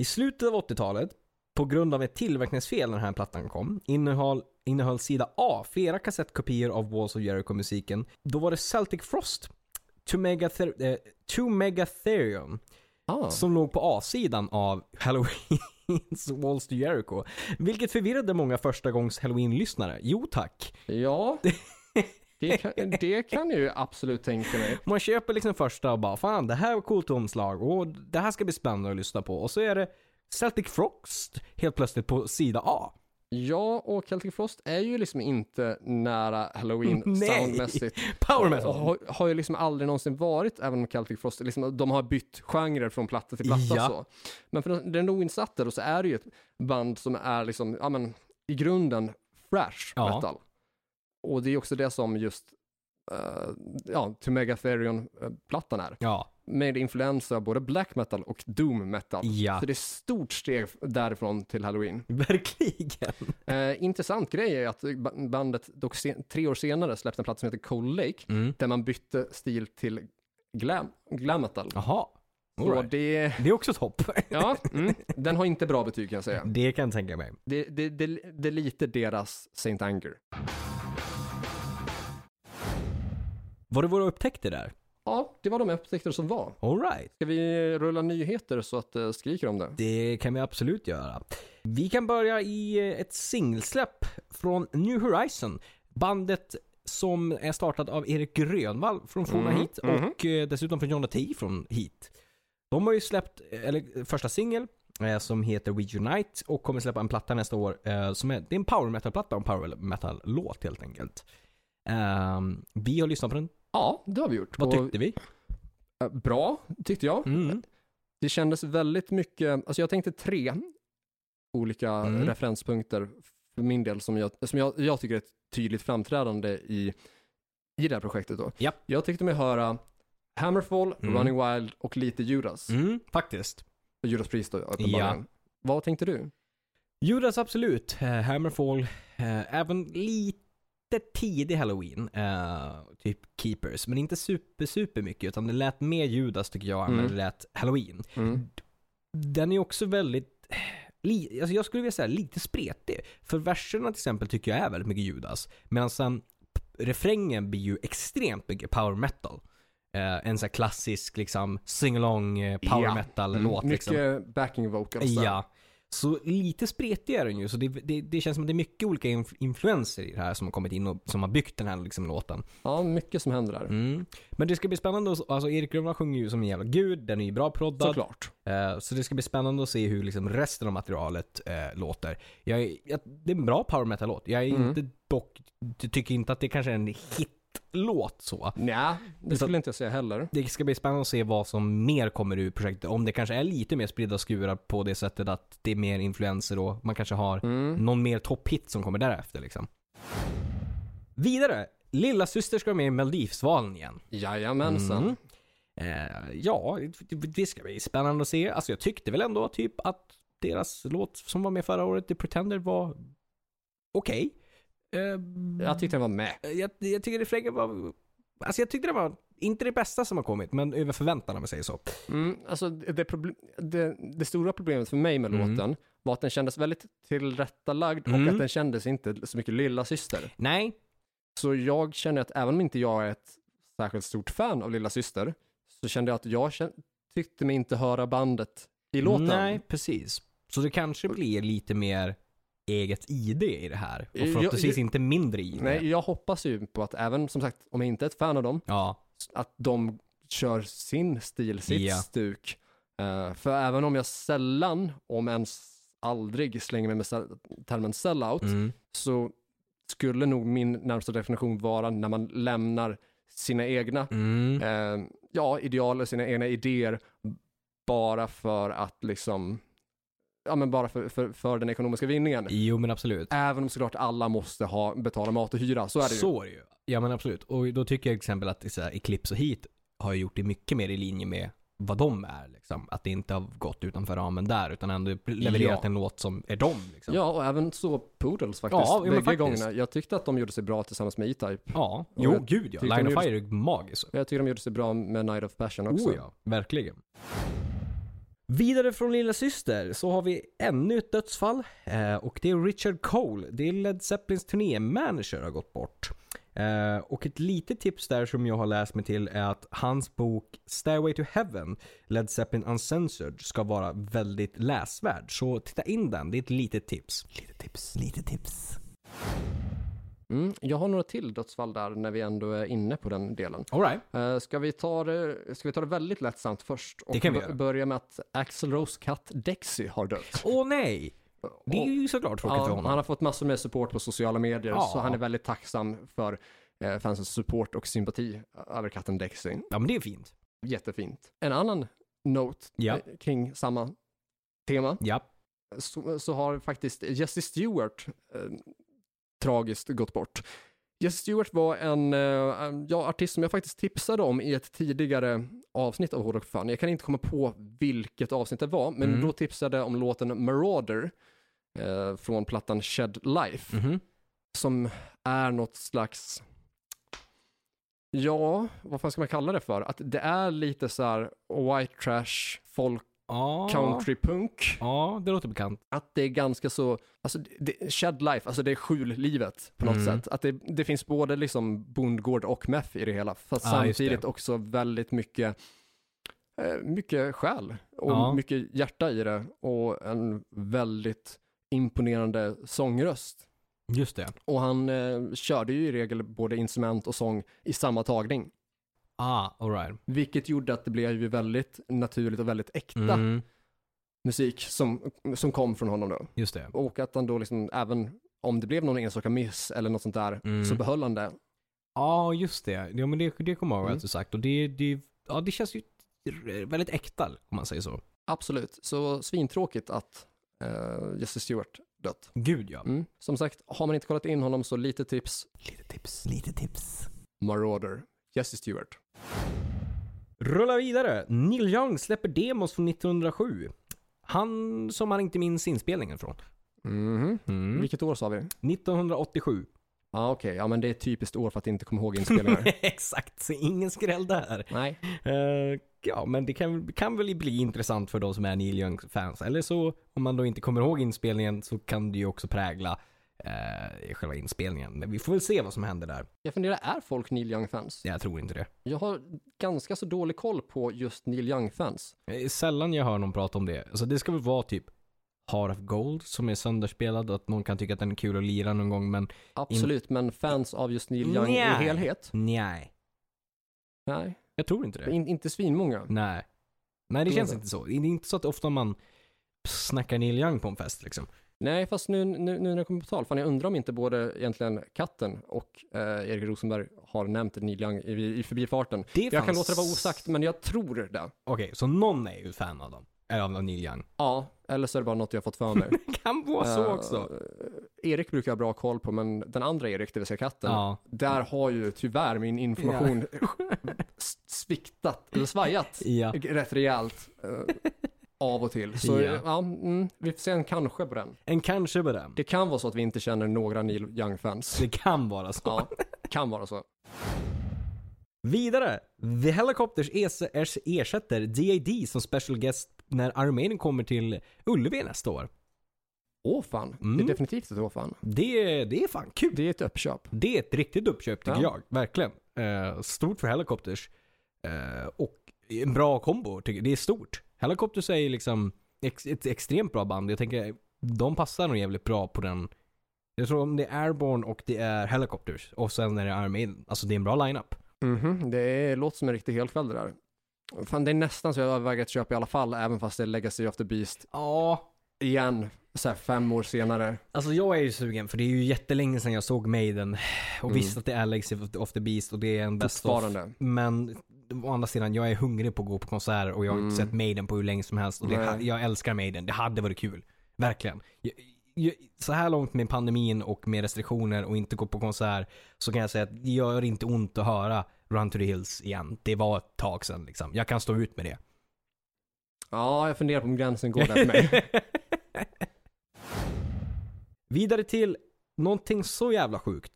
[SPEAKER 2] I slutet av 80-talet, på grund av ett tillverkningsfel när den här plattan kom, innehöll, innehöll sida A flera kassettkopior av Walls of Jericho-musiken. Då var det Celtic Frost, To Megather- eh, To Megatherium,
[SPEAKER 1] Ah.
[SPEAKER 2] som låg på A-sidan av Halloweens Walls to Jericho. Vilket förvirrade många första gångs Halloween-lyssnare. Jo tack.
[SPEAKER 1] Ja, det kan, det kan jag ju absolut tänka mig.
[SPEAKER 2] Man köper liksom första och bara fan det här var coolt omslag och det här ska bli spännande att lyssna på. Och så är det Celtic Frost helt plötsligt på sida A.
[SPEAKER 1] Ja, och Celtic Frost är ju liksom inte nära Halloween
[SPEAKER 2] Nej.
[SPEAKER 1] soundmässigt.
[SPEAKER 2] Power metal!
[SPEAKER 1] Har, har ju liksom aldrig någonsin varit, även om Celtic Frost, liksom, de har bytt genrer från platta till platta
[SPEAKER 2] Ja.
[SPEAKER 1] så. Men för den- den oinsatta då så är det ju ett band som är liksom, ja men i grunden fresh
[SPEAKER 2] Ja.
[SPEAKER 1] metal. Och det är också det som just eh, ja, To Megatherion-plattan är.
[SPEAKER 2] Ja,
[SPEAKER 1] Med influenser av både black metal och doom metal.
[SPEAKER 2] ja.
[SPEAKER 1] Så det är stort steg därifrån till Halloween.
[SPEAKER 2] Verkligen.
[SPEAKER 1] Eh, intressant grej är att ba- bandet dock sen, tre år senare släppte en platta som heter Cold Lake,
[SPEAKER 2] Mm.
[SPEAKER 1] där man bytte stil till glam, glam metal.
[SPEAKER 2] Jaha. All
[SPEAKER 1] Så
[SPEAKER 2] right.
[SPEAKER 1] det,
[SPEAKER 2] Det är också ett hopp.
[SPEAKER 1] ja, mm, den har inte bra betyg kan jag säga.
[SPEAKER 2] Det kan jag tänka mig.
[SPEAKER 1] Det, det, det, det är lite deras Saint Anger.
[SPEAKER 2] Var det våra upptäckter där?
[SPEAKER 1] Ja, det var de upptäckter som var.
[SPEAKER 2] Alright.
[SPEAKER 1] Ska vi rulla nyheter så att det skriker om det?
[SPEAKER 2] Det kan vi absolut göra. Vi kan börja i eh, ett singelsläpp från New Horizon. Bandet som är startat av Erik Grönvall från forna
[SPEAKER 1] Mhm,
[SPEAKER 2] Heat
[SPEAKER 1] mhm.
[SPEAKER 2] och eh, dessutom från John T från Heat. De har ju släppt, eh, eller eh, första singel eh, som heter We Unite och kommer släppa en platta nästa år eh, som är, det är en power metal-platta och en power metal-låt helt enkelt. Ehm, vi har lyssnat på den.
[SPEAKER 1] Ja, det har vi gjort.
[SPEAKER 2] Vad
[SPEAKER 1] Och,
[SPEAKER 2] tyckte vi?
[SPEAKER 1] eh, bra, tyckte jag.
[SPEAKER 2] Mm.
[SPEAKER 1] Det kändes väldigt mycket, alltså jag tänkte tre olika
[SPEAKER 2] Mm.
[SPEAKER 1] referenspunkter för min del som jag, som jag, jag tycker är ett tydligt framträdande i, i det här projektet då.
[SPEAKER 2] Japp.
[SPEAKER 1] Jag tyckte mig höra Hammerfall,
[SPEAKER 2] Mm.
[SPEAKER 1] Running Wild och lite Judas.
[SPEAKER 2] Mm, faktiskt.
[SPEAKER 1] Judas Priest då, uppenbarligen. Vad tänkte du?
[SPEAKER 2] Judas absolut. Eh, Hammerfall. eh, Även lite tidig halloween. eh, Typ Keepers. Men inte super, super mycket. Utan det lät mer Judas tycker jag än
[SPEAKER 1] Mm.
[SPEAKER 2] det lät halloween. Den är också väldigt... eh, Li, alltså jag skulle vilja säga lite spretig. För verserna till exempel tycker jag är väldigt mycket Judas. Medan sen p- refrängen blir ju extremt mycket power metal. Eh, en sån här klassisk liksom sing-along eh, power
[SPEAKER 1] Ja. Mm,
[SPEAKER 2] metal-låt.
[SPEAKER 1] Mycket
[SPEAKER 2] liksom.
[SPEAKER 1] backing vocals där.
[SPEAKER 2] Ja. Så lite spretig är den ju. Så det, det, det känns som att det är mycket olika inf- influenser i det här som har kommit in och som har byggt den här liksom, låten.
[SPEAKER 1] ja, mycket som händer där.
[SPEAKER 2] Mm. Men det ska bli spännande att Alltså Erik Grönvall sjunger ju som en jävla gud. Den är ju bra proddad.
[SPEAKER 1] Såklart.
[SPEAKER 2] Eh, så det ska bli spännande att se hur liksom, resten av materialet eh, låter. Jag, är- jag, det är en bra power metal-låt. Jag är
[SPEAKER 1] Mm.
[SPEAKER 2] inte dock, ty- tycker inte att det kanske är en hitlåt så.
[SPEAKER 1] Nej, det skulle inte jag säga heller.
[SPEAKER 2] Det ska bli spännande att se vad som mer kommer ur projektet. Om det kanske är lite mer spridda skurar på det sättet att det är mer influenser och man kanske har
[SPEAKER 1] Mm.
[SPEAKER 2] någon mer topphit som kommer därefter liksom. Vidare, lilla syster ska med i Melodifestivalen igen.
[SPEAKER 1] Jajamensan.
[SPEAKER 2] Mm. Eh, ja, det- det ska bli spännande att se. Alltså jag tyckte väl ändå typ att deras låt som var med förra året, The Pretender, var okej. Eh,
[SPEAKER 1] Jag tyckte den var med.
[SPEAKER 2] jag, jag tycker refrängen var... Alltså jag tyckte det var inte det bästa som har kommit, men över förväntan om jag säger så.
[SPEAKER 1] Mm, alltså det, det, proble- det, det stora problemet för mig med
[SPEAKER 2] Mm.
[SPEAKER 1] låten var att den kändes väldigt tillrättalagd
[SPEAKER 2] Mm.
[SPEAKER 1] och att den kändes inte så mycket lilla syster.
[SPEAKER 2] Nej.
[SPEAKER 1] Så jag känner att även om inte jag är ett särskilt stort fan av lilla syster så kände jag att jag kän- tyckte mig inte höra bandet i låten.
[SPEAKER 2] Nej, precis. Så det kanske blir lite mer eget ID i det här. Och
[SPEAKER 1] Jag-
[SPEAKER 2] förhoppningsvis
[SPEAKER 1] jag-
[SPEAKER 2] inte mindre ID.
[SPEAKER 1] Nej, jag hoppas ju på att även som sagt, om jag inte är ett fan av dem
[SPEAKER 2] Ja.
[SPEAKER 1] att de kör sin stil, sitt
[SPEAKER 2] Ja.
[SPEAKER 1] stuk. Eh, för även om jag sällan, om ens aldrig, slänger mig med sell- termen sellout,
[SPEAKER 2] Mm.
[SPEAKER 1] så skulle nog min närmsta definition vara när man lämnar sina egna
[SPEAKER 2] Mm.
[SPEAKER 1] eh, ja, ideal och sina egna idéer bara för att liksom, ja men bara för, för, för den ekonomiska vinningen.
[SPEAKER 2] Jo men absolut.
[SPEAKER 1] Även om såklart alla måste ha, betala mat och hyra, så är det ju.
[SPEAKER 2] Så är det ju. Ja men absolut. Och då tycker jag till exempel att så här, Eclipse och Heat har ju gjort det mycket mer i linje med vad de är. Liksom. Att det inte har gått utanför ramen där utan ändå levererat
[SPEAKER 1] Ja.
[SPEAKER 2] en låt som är dem. Liksom.
[SPEAKER 1] Ja, och även så Poodles faktiskt,
[SPEAKER 2] Ja, ja, men
[SPEAKER 1] bägge
[SPEAKER 2] faktiskt.
[SPEAKER 1] gångerna. Jag tyckte att de gjorde sig bra tillsammans med E-Type.
[SPEAKER 2] ja.
[SPEAKER 1] Och
[SPEAKER 2] Jo
[SPEAKER 1] jag
[SPEAKER 2] gud ja.
[SPEAKER 1] tyckte
[SPEAKER 2] Line
[SPEAKER 1] de
[SPEAKER 2] of
[SPEAKER 1] gjorde-
[SPEAKER 2] Fire är magisk.
[SPEAKER 1] Jag tycker de gjorde sig bra med Night of Passion också.
[SPEAKER 2] Oh ja, verkligen. Vidare från lilla syster så har vi ännu ett dödsfall eh, och det är Richard Cole. Det är Led Zeppelins turnémanager har gått bort. Eh, och ett litet tips där som jag har läst mig till är att hans bok Stairway to Heaven, Led Zeppelin Uncensored, ska vara väldigt läsvärd. Så titta in den, det är ett litet tips. Litet tips. Litet tips.
[SPEAKER 1] Mm, jag har några till dödsfall där när vi ändå är inne på den delen.
[SPEAKER 2] Alright.
[SPEAKER 1] Eh, Ska vi, ta det, ska vi ta det väldigt lättsamt först? Och
[SPEAKER 2] Det kan vi
[SPEAKER 1] bö-
[SPEAKER 2] göra.
[SPEAKER 1] börja med att Axel Rose katt Dexy har dött.
[SPEAKER 2] Åh nej! Det är ju såklart tråkigt
[SPEAKER 1] Ja,
[SPEAKER 2] för honom.
[SPEAKER 1] han har fått massor med support på sociala medier,
[SPEAKER 2] Ja.
[SPEAKER 1] så han är väldigt tacksam för eh, fansens support och sympati över katten Dexy.
[SPEAKER 2] Ja men det är fint.
[SPEAKER 1] Jättefint. En annan note
[SPEAKER 2] Ja.
[SPEAKER 1] eh, kring samma tema,
[SPEAKER 2] Ja.
[SPEAKER 1] så, så har faktiskt Jesse Stewart eh, tragiskt gått bort. Jesse Stewart var en eh, en, ja, artist som jag faktiskt tipsade om i ett tidigare avsnitt av Hård och Fun. Jag kan inte komma på vilket avsnitt det var, men
[SPEAKER 2] Mm.
[SPEAKER 1] då tipsade jag om låten Marauder eh, från plattan Shed Life,
[SPEAKER 2] Mhm.
[SPEAKER 1] som är något slags, ja, vad fan ska man kalla det för? Att det är lite så här white trash, folk,
[SPEAKER 2] Ja.
[SPEAKER 1] country punk.
[SPEAKER 2] Ja, det låter bekant.
[SPEAKER 1] att det är ganska så, alltså det, shed life, alltså det är skjullivet på något
[SPEAKER 2] Mm.
[SPEAKER 1] sätt. Att det, det finns både liksom bondgård och meth i det hela, fast
[SPEAKER 2] Ah, just
[SPEAKER 1] samtidigt
[SPEAKER 2] det.
[SPEAKER 1] också väldigt mycket, eh, mycket själ och
[SPEAKER 2] Ja.
[SPEAKER 1] mycket hjärta i det och en väldigt imponerande sångröst.
[SPEAKER 2] Just det.
[SPEAKER 1] Och han eh, körde ju i regel både instrument och sång i samma tagning,
[SPEAKER 2] Ah, alright.
[SPEAKER 1] vilket gjorde att det blev ju väldigt naturligt och väldigt äkta
[SPEAKER 2] Mm,
[SPEAKER 1] musik som, som kom från honom då.
[SPEAKER 2] just det.
[SPEAKER 1] Och att han då liksom, även om det blev någon enstaka miss eller något sånt där,
[SPEAKER 2] Mm.
[SPEAKER 1] så behöll han det.
[SPEAKER 2] Ja, just det. Ja, men det, det kommer jag ihåg
[SPEAKER 1] Mm.
[SPEAKER 2] att du sagt. Och det, det, ja, det känns ju väldigt äkta, om man säger så.
[SPEAKER 1] Absolut, så svintråkigt att eh, Jesse Stewart dött.
[SPEAKER 2] Gud ja.
[SPEAKER 1] Mm. Som sagt, har man inte kollat in honom så lite tips,
[SPEAKER 2] Lite tips. Lite tips.
[SPEAKER 1] Marauder, Jesse Stewart.
[SPEAKER 2] Rulla vidare. Neil Young släpper demos från 1907. Han som man inte minns inspelningen från.
[SPEAKER 1] Mhm.
[SPEAKER 2] Mm.
[SPEAKER 1] Vilket år sa vi?
[SPEAKER 2] 1987.
[SPEAKER 1] Ja ah, okej, ja men det är ett typiskt år för att inte komma ihåg inspelningar.
[SPEAKER 2] Exakt, så ingen skräll där.
[SPEAKER 1] Nej.
[SPEAKER 2] Eh, ja, men det kan, kan väl bli intressant för de som är Neil Young-fans. Eller så, om man då inte kommer ihåg inspelningen så kan det ju också prägla eh, själva inspelningen. Men vi får väl se vad som händer där.
[SPEAKER 1] Jag funderar, är folk Neil Young-fans?
[SPEAKER 2] Jag tror inte det.
[SPEAKER 1] Jag har ganska så dålig koll på just Neil Young-fans.
[SPEAKER 2] Det är sällan jag hör någon prata om det. Alltså det ska väl vara typ Heart of Gold som är sönderspelad och att någon kan tycka att den är kul att lira någon gång men
[SPEAKER 1] Absolut, men fans av just Neil Young
[SPEAKER 2] Nja.
[SPEAKER 1] i helhet?
[SPEAKER 2] nej.
[SPEAKER 1] Nej,
[SPEAKER 2] Jag tror inte det.
[SPEAKER 1] in, inte svinmånga.
[SPEAKER 2] Nej. Nej, det
[SPEAKER 1] Tror
[SPEAKER 2] känns
[SPEAKER 1] inte.
[SPEAKER 2] inte så. Det är inte så att ofta man snackar Neil Young på en fest liksom.
[SPEAKER 1] Nej, fast nu, nu, nu när jag kommer på tal, fan jag undrar om inte både egentligen katten och eh, Erik Rosenberg har nämnt Neil Young i, i förbifarten.
[SPEAKER 2] Det
[SPEAKER 1] Jag kan
[SPEAKER 2] fanns-
[SPEAKER 1] låta det vara osagt, men jag tror det.
[SPEAKER 2] Okej, så någon är ju fan av dem. Eller av Neil Young.
[SPEAKER 1] Ja, eller så är det bara något jag fått för mig.
[SPEAKER 2] Kan vara så
[SPEAKER 1] Eh,
[SPEAKER 2] också.
[SPEAKER 1] Erik brukar jag ha bra koll på, men den andra Erik, det vill säga katten,
[SPEAKER 2] Ja.
[SPEAKER 1] där har ju tyvärr min information s- sviktat, eller svajat,
[SPEAKER 2] Ja.
[SPEAKER 1] rätt rejält eh, av och till. Så
[SPEAKER 2] Ja.
[SPEAKER 1] ja. mm, vi får se en kanske på den.
[SPEAKER 2] En kanske på den.
[SPEAKER 1] Det kan vara så att vi inte känner några Neil Young-fans.
[SPEAKER 2] Det kan vara så.
[SPEAKER 1] Ja, kan vara så.
[SPEAKER 2] Vidare. The Helicopters es- ers- ersätter DAD som special guest när Armenien kommer till Ullevi nästa år.
[SPEAKER 1] Åh fan, det
[SPEAKER 2] Mm.
[SPEAKER 1] är definitivt ett åh fan.
[SPEAKER 2] Det, det är fan kul.
[SPEAKER 1] Det är ett uppköp.
[SPEAKER 2] Det är ett riktigt uppköp
[SPEAKER 1] Ja.
[SPEAKER 2] tycker jag. Verkligen. Eh, stort för Helicopters. Eh, och en bra kombo. Tycker jag. Det är stort. Helicopters är ju liksom ex- ett extremt bra band. Jag tänker, de passar nog jävligt bra på den. Jag tror om det är Airborne och det är Helicopters och sen är det Iron Maiden. Alltså det är en bra lineup.
[SPEAKER 1] Mhm, det är, låter som en riktig helkväll det där. Fan, det är nästan så jag överväger att köpa i alla fall, även fast det är Legacy of the Beast
[SPEAKER 2] Ja,
[SPEAKER 1] igen, så här fem år senare.
[SPEAKER 2] alltså jag är ju sugen för det är ju jättelänge sedan jag såg Maiden. Och
[SPEAKER 1] Mm.
[SPEAKER 2] visst att det är Legacy of- of the Beast och det är en best of.
[SPEAKER 1] Fortfarande.
[SPEAKER 2] Men å andra sidan, jag är hungrig på att gå på konserter och jag har inte
[SPEAKER 1] Mm.
[SPEAKER 2] sett Maiden på hur länge som helst. Och det,
[SPEAKER 1] Nej.
[SPEAKER 2] jag älskar Maiden. Det hade varit kul. Verkligen. Jag, jag, så här långt med pandemin och med restriktioner och inte gå på konsert så kan jag säga att det gör inte ont att höra Run to the Hills igen. Det var ett tag sedan liksom. Jag kan stå ut med det.
[SPEAKER 1] Ja, jag funderar på om gränsen går där för mig.
[SPEAKER 2] Vidare till någonting så jävla sjukt.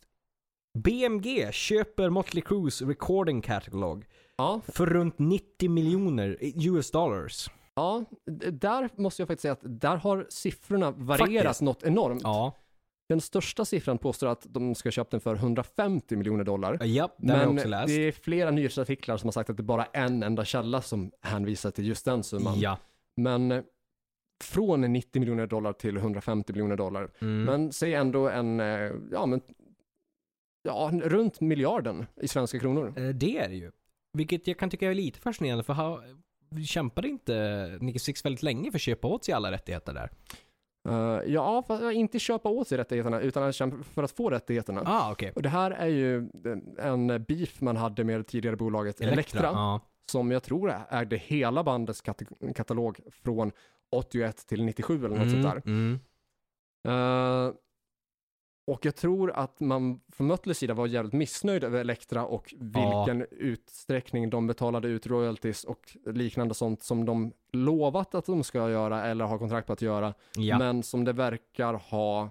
[SPEAKER 2] BMG köper Motley Crues Recording Catalog
[SPEAKER 1] Ja,
[SPEAKER 2] för runt 90 miljoner US dollars.
[SPEAKER 1] ja, d- där måste jag faktiskt säga att där har siffrorna varierat
[SPEAKER 2] Faktiskt.
[SPEAKER 1] något enormt.
[SPEAKER 2] Ja.
[SPEAKER 1] Den största siffran påstår att de ska ha köpt den för 150 miljoner dollar.
[SPEAKER 2] Ja, den har jag
[SPEAKER 1] Men
[SPEAKER 2] också läst.
[SPEAKER 1] det är flera nyhetsartiklar som har sagt att det är bara en enda källa som hänvisar till just den summan.
[SPEAKER 2] Ja.
[SPEAKER 1] Men eh, från 90 miljoner dollar till 150 miljoner dollar.
[SPEAKER 2] Mm.
[SPEAKER 1] Men säg ändå en, eh, ja men, ja runt miljarden i svenska kronor.
[SPEAKER 2] Eh, Det är det ju. Vilket jag kan tycka är lite fascinerande för ha, kämpade inte Nicky Six väldigt länge för att köpa åt sig alla rättigheter där?
[SPEAKER 1] Eh, ja, för att inte köpa åt sig rättigheterna utan att kämpa för att få rättigheterna.
[SPEAKER 2] Ah, okej.
[SPEAKER 1] Och det här är ju en beef man hade med det tidigare bolaget Elektra,
[SPEAKER 2] Ja.
[SPEAKER 1] som jag tror ägde hela bandets kate- katalog från 81 till 97 eller något sånt där.
[SPEAKER 2] Mm, mm.
[SPEAKER 1] Eh, och jag tror att man från Mötleys sida var jävligt missnöjd över Elektra och
[SPEAKER 2] Ja.
[SPEAKER 1] vilken utsträckning de betalade ut royalties och liknande sånt som de lovat att de ska göra eller har kontrakt på att göra.
[SPEAKER 2] Ja.
[SPEAKER 1] Men som det verkar ha,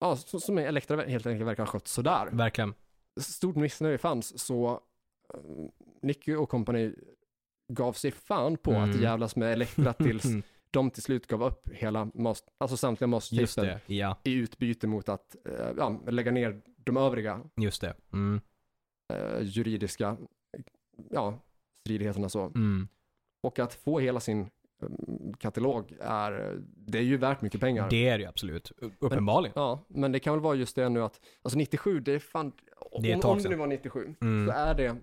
[SPEAKER 1] ja, s- som Elektra helt enkelt verkar ha skött sådär.
[SPEAKER 2] Verkligen.
[SPEAKER 1] Stort missnöje fanns så eh, Nicky och kompani gav sig fan på att
[SPEAKER 2] Mm.
[SPEAKER 1] jävlas med Elektra tills de till slut gav upp hela, mas- alltså samtliga
[SPEAKER 2] Just
[SPEAKER 1] mastertejpen
[SPEAKER 2] det. Ja,
[SPEAKER 1] i utbyte mot att eh, ja, lägga ner de övriga
[SPEAKER 2] just det. Mm.
[SPEAKER 1] eh, juridiska eh, ja, stridigheterna så.
[SPEAKER 2] Mm.
[SPEAKER 1] Och att få hela sin eh, katalog är, eh, det är ju värt mycket pengar.
[SPEAKER 2] Det är det ju absolut. U- Uppenbarligen.
[SPEAKER 1] Ja, men det kan väl vara just det nu att, alltså 97, det är fan, om
[SPEAKER 2] Det är ett tag
[SPEAKER 1] om det
[SPEAKER 2] sedan.
[SPEAKER 1] nu var 97,
[SPEAKER 2] Mm.
[SPEAKER 1] så är det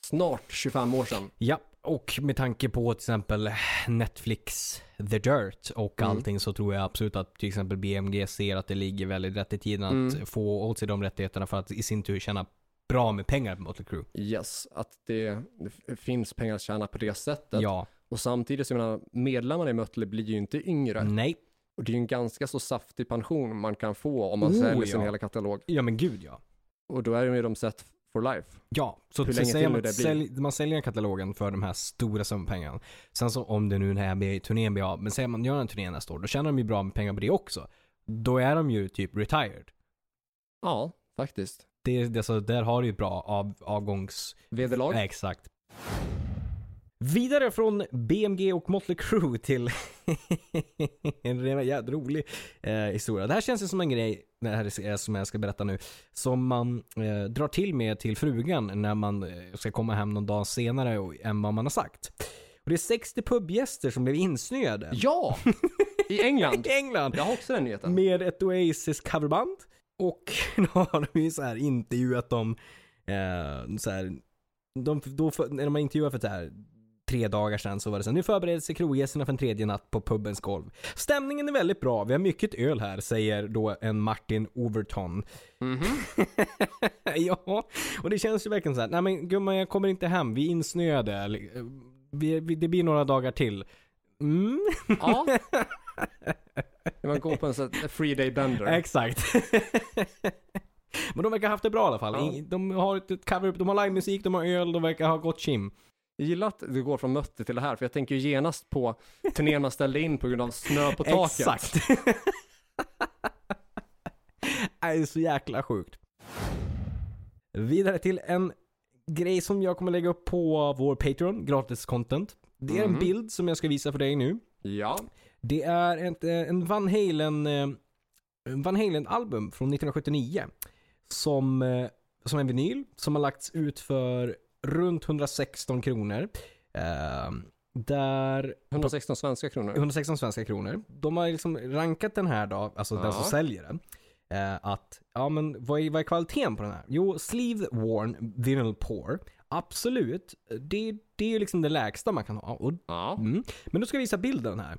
[SPEAKER 1] snart 25 år sedan.
[SPEAKER 2] Ja, och med tanke på till exempel Netflix The Dirt och
[SPEAKER 1] Mm.
[SPEAKER 2] allting så tror jag absolut att till exempel BMG ser att det ligger väldigt rätt i tiden att
[SPEAKER 1] Mm.
[SPEAKER 2] få åt sig de rättigheterna för att i sin tur tjäna bra med pengar på Motley Crue.
[SPEAKER 1] Yes, att det, det f- finns pengar att tjäna på det sättet.
[SPEAKER 2] Ja,
[SPEAKER 1] Och samtidigt så jag menar, medlemmarna i Mötley blir ju inte yngre.
[SPEAKER 2] nej.
[SPEAKER 1] Och det är ju en ganska så saftig pension man kan få om man
[SPEAKER 2] Oh,
[SPEAKER 1] säljer sin
[SPEAKER 2] ja.
[SPEAKER 1] hela katalog.
[SPEAKER 2] Ja men gud ja.
[SPEAKER 1] Och då är de ju de set for life.
[SPEAKER 2] Ja, så
[SPEAKER 1] Hur
[SPEAKER 2] att
[SPEAKER 1] länge
[SPEAKER 2] säga
[SPEAKER 1] till nu
[SPEAKER 2] att
[SPEAKER 1] det blir?
[SPEAKER 2] sälj, man säljer katalogen för de här stora summpengarna. Sen så om det nu den här blir- turnén blir av, men säg att man gör en turné nästa år, då tjänar de ju bra med pengar på det också. Då är de ju typ retired.
[SPEAKER 1] Ja, faktiskt.
[SPEAKER 2] Det, det, så där har du ju ett bra av, avgångs...
[SPEAKER 1] Vederlag?
[SPEAKER 2] Ja, Exakt. Vidare från BMG och Motley Crue till en re- jävligt rolig eh, historia. Det här känns ju som en grej det här är, som jag ska berätta nu. Som man eh, drar till med till frugan när man eh, ska komma hem någon dag senare och, än vad man har sagt. Och det är 60 pubgäster som blev insnöade
[SPEAKER 1] Ja! I England.
[SPEAKER 2] i England
[SPEAKER 1] Jag har också den nyheten.
[SPEAKER 2] med ett Oasis coverband. Och då har de ju så här intervjuat dem. Eh, så här, de, då, för- när de intervjuade för så här, tre dagar sedan så var det så här, nu förbereder sig kroggästerna för en tredje natt på pubens golv. Stämningen är väldigt bra, vi har mycket öl här, säger då en Martin Overton.
[SPEAKER 1] Mhm.
[SPEAKER 2] ja, och det känns ju verkligen så här, nej men gumman jag kommer inte hem, vi är insnöade. Eller, eh, Vi, vi, det blir några dagar till. Mm.
[SPEAKER 1] Ja. När man går på en sån här free day bender.
[SPEAKER 2] Exakt. Men de verkar ha haft det bra i alla fall.
[SPEAKER 1] Ja.
[SPEAKER 2] Ing- De har ett- ett cover de har livemusik, de har öl, de verkar ha gott kim.
[SPEAKER 1] Jag gillar att du går från möte till det här, för jag tänker ju genast på turnén man ställde in på grund av snö på taket.
[SPEAKER 2] Exakt. Nej, Det är så jäkla sjukt. Vidare till en grej som jag kommer lägga upp på vår Patreon, gratis content. Det är en
[SPEAKER 1] Mhm.
[SPEAKER 2] bild som jag ska visa för dig nu.
[SPEAKER 1] Ja.
[SPEAKER 2] Det är ett, eh, en Van Halen, eh, en Van Halen-album från 1979. Som, eh, som en vinyl som har lagts ut för runt 116 kronor. Eh, Där
[SPEAKER 1] 116 svenska kronor.
[SPEAKER 2] 116 svenska kronor. De har liksom rankat den här då, alltså
[SPEAKER 1] Ja.
[SPEAKER 2] den som säljer den. eh, att, ja men vad är, vad är kvaliteten på den här? Jo, sleeve worn vinyl pour. Absolut, det, det är ju liksom det lägsta man kan ha. Och,
[SPEAKER 1] Ja.
[SPEAKER 2] mm. Men då ska jag visa bilden här.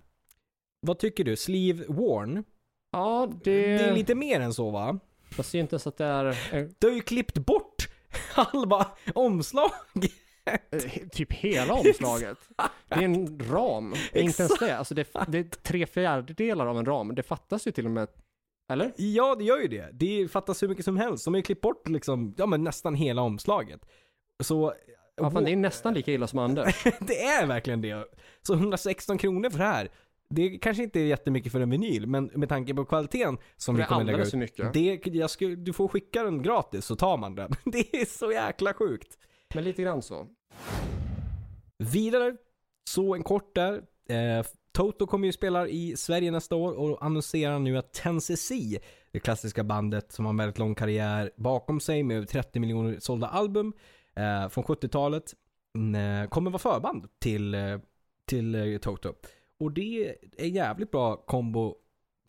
[SPEAKER 2] Vad tycker du? Sleeve worn?
[SPEAKER 1] Ja,
[SPEAKER 2] Det
[SPEAKER 1] det...
[SPEAKER 2] är lite mer än så va?
[SPEAKER 1] Jag ser inte ens att det är eh,
[SPEAKER 2] Du har ju klippt bort halva omslaget.
[SPEAKER 1] eh, typ hela omslaget. Det är en ram. Inte ens det. Alltså det, det är tre fjärdedelar av en ram. Det fattas ju till och med... Eller?
[SPEAKER 2] Ja, det gör ju det. Det fattas hur mycket som helst. De har ju klippt bort liksom, ja men nästan hela omslaget. Så...
[SPEAKER 1] Ja, fan, det är nästan lika illa som Anders.
[SPEAKER 2] Det är verkligen det. Så 116 kronor för det här. Det kanske inte är jättemycket för en vinyl, men med tanke på kvaliteten som
[SPEAKER 1] Det
[SPEAKER 2] vi
[SPEAKER 1] är
[SPEAKER 2] kommer lägga
[SPEAKER 1] alldeles
[SPEAKER 2] ut.
[SPEAKER 1] för mycket.
[SPEAKER 2] Det, jag skulle, du får skicka den gratis så tar man den. Det är så jäkla sjukt.
[SPEAKER 1] Men lite grann så.
[SPEAKER 2] Vidare, så en kort där. Eh, Toto kommer ju spela i Sverige nästa år och annonserar nu att 10cc, det klassiska bandet som har en väldigt lång karriär bakom sig med över 30 miljoner sålda album eh, från 70-talet, mm, kommer vara förband till, eh, till eh, Toto. Och det är en jävligt bra kombo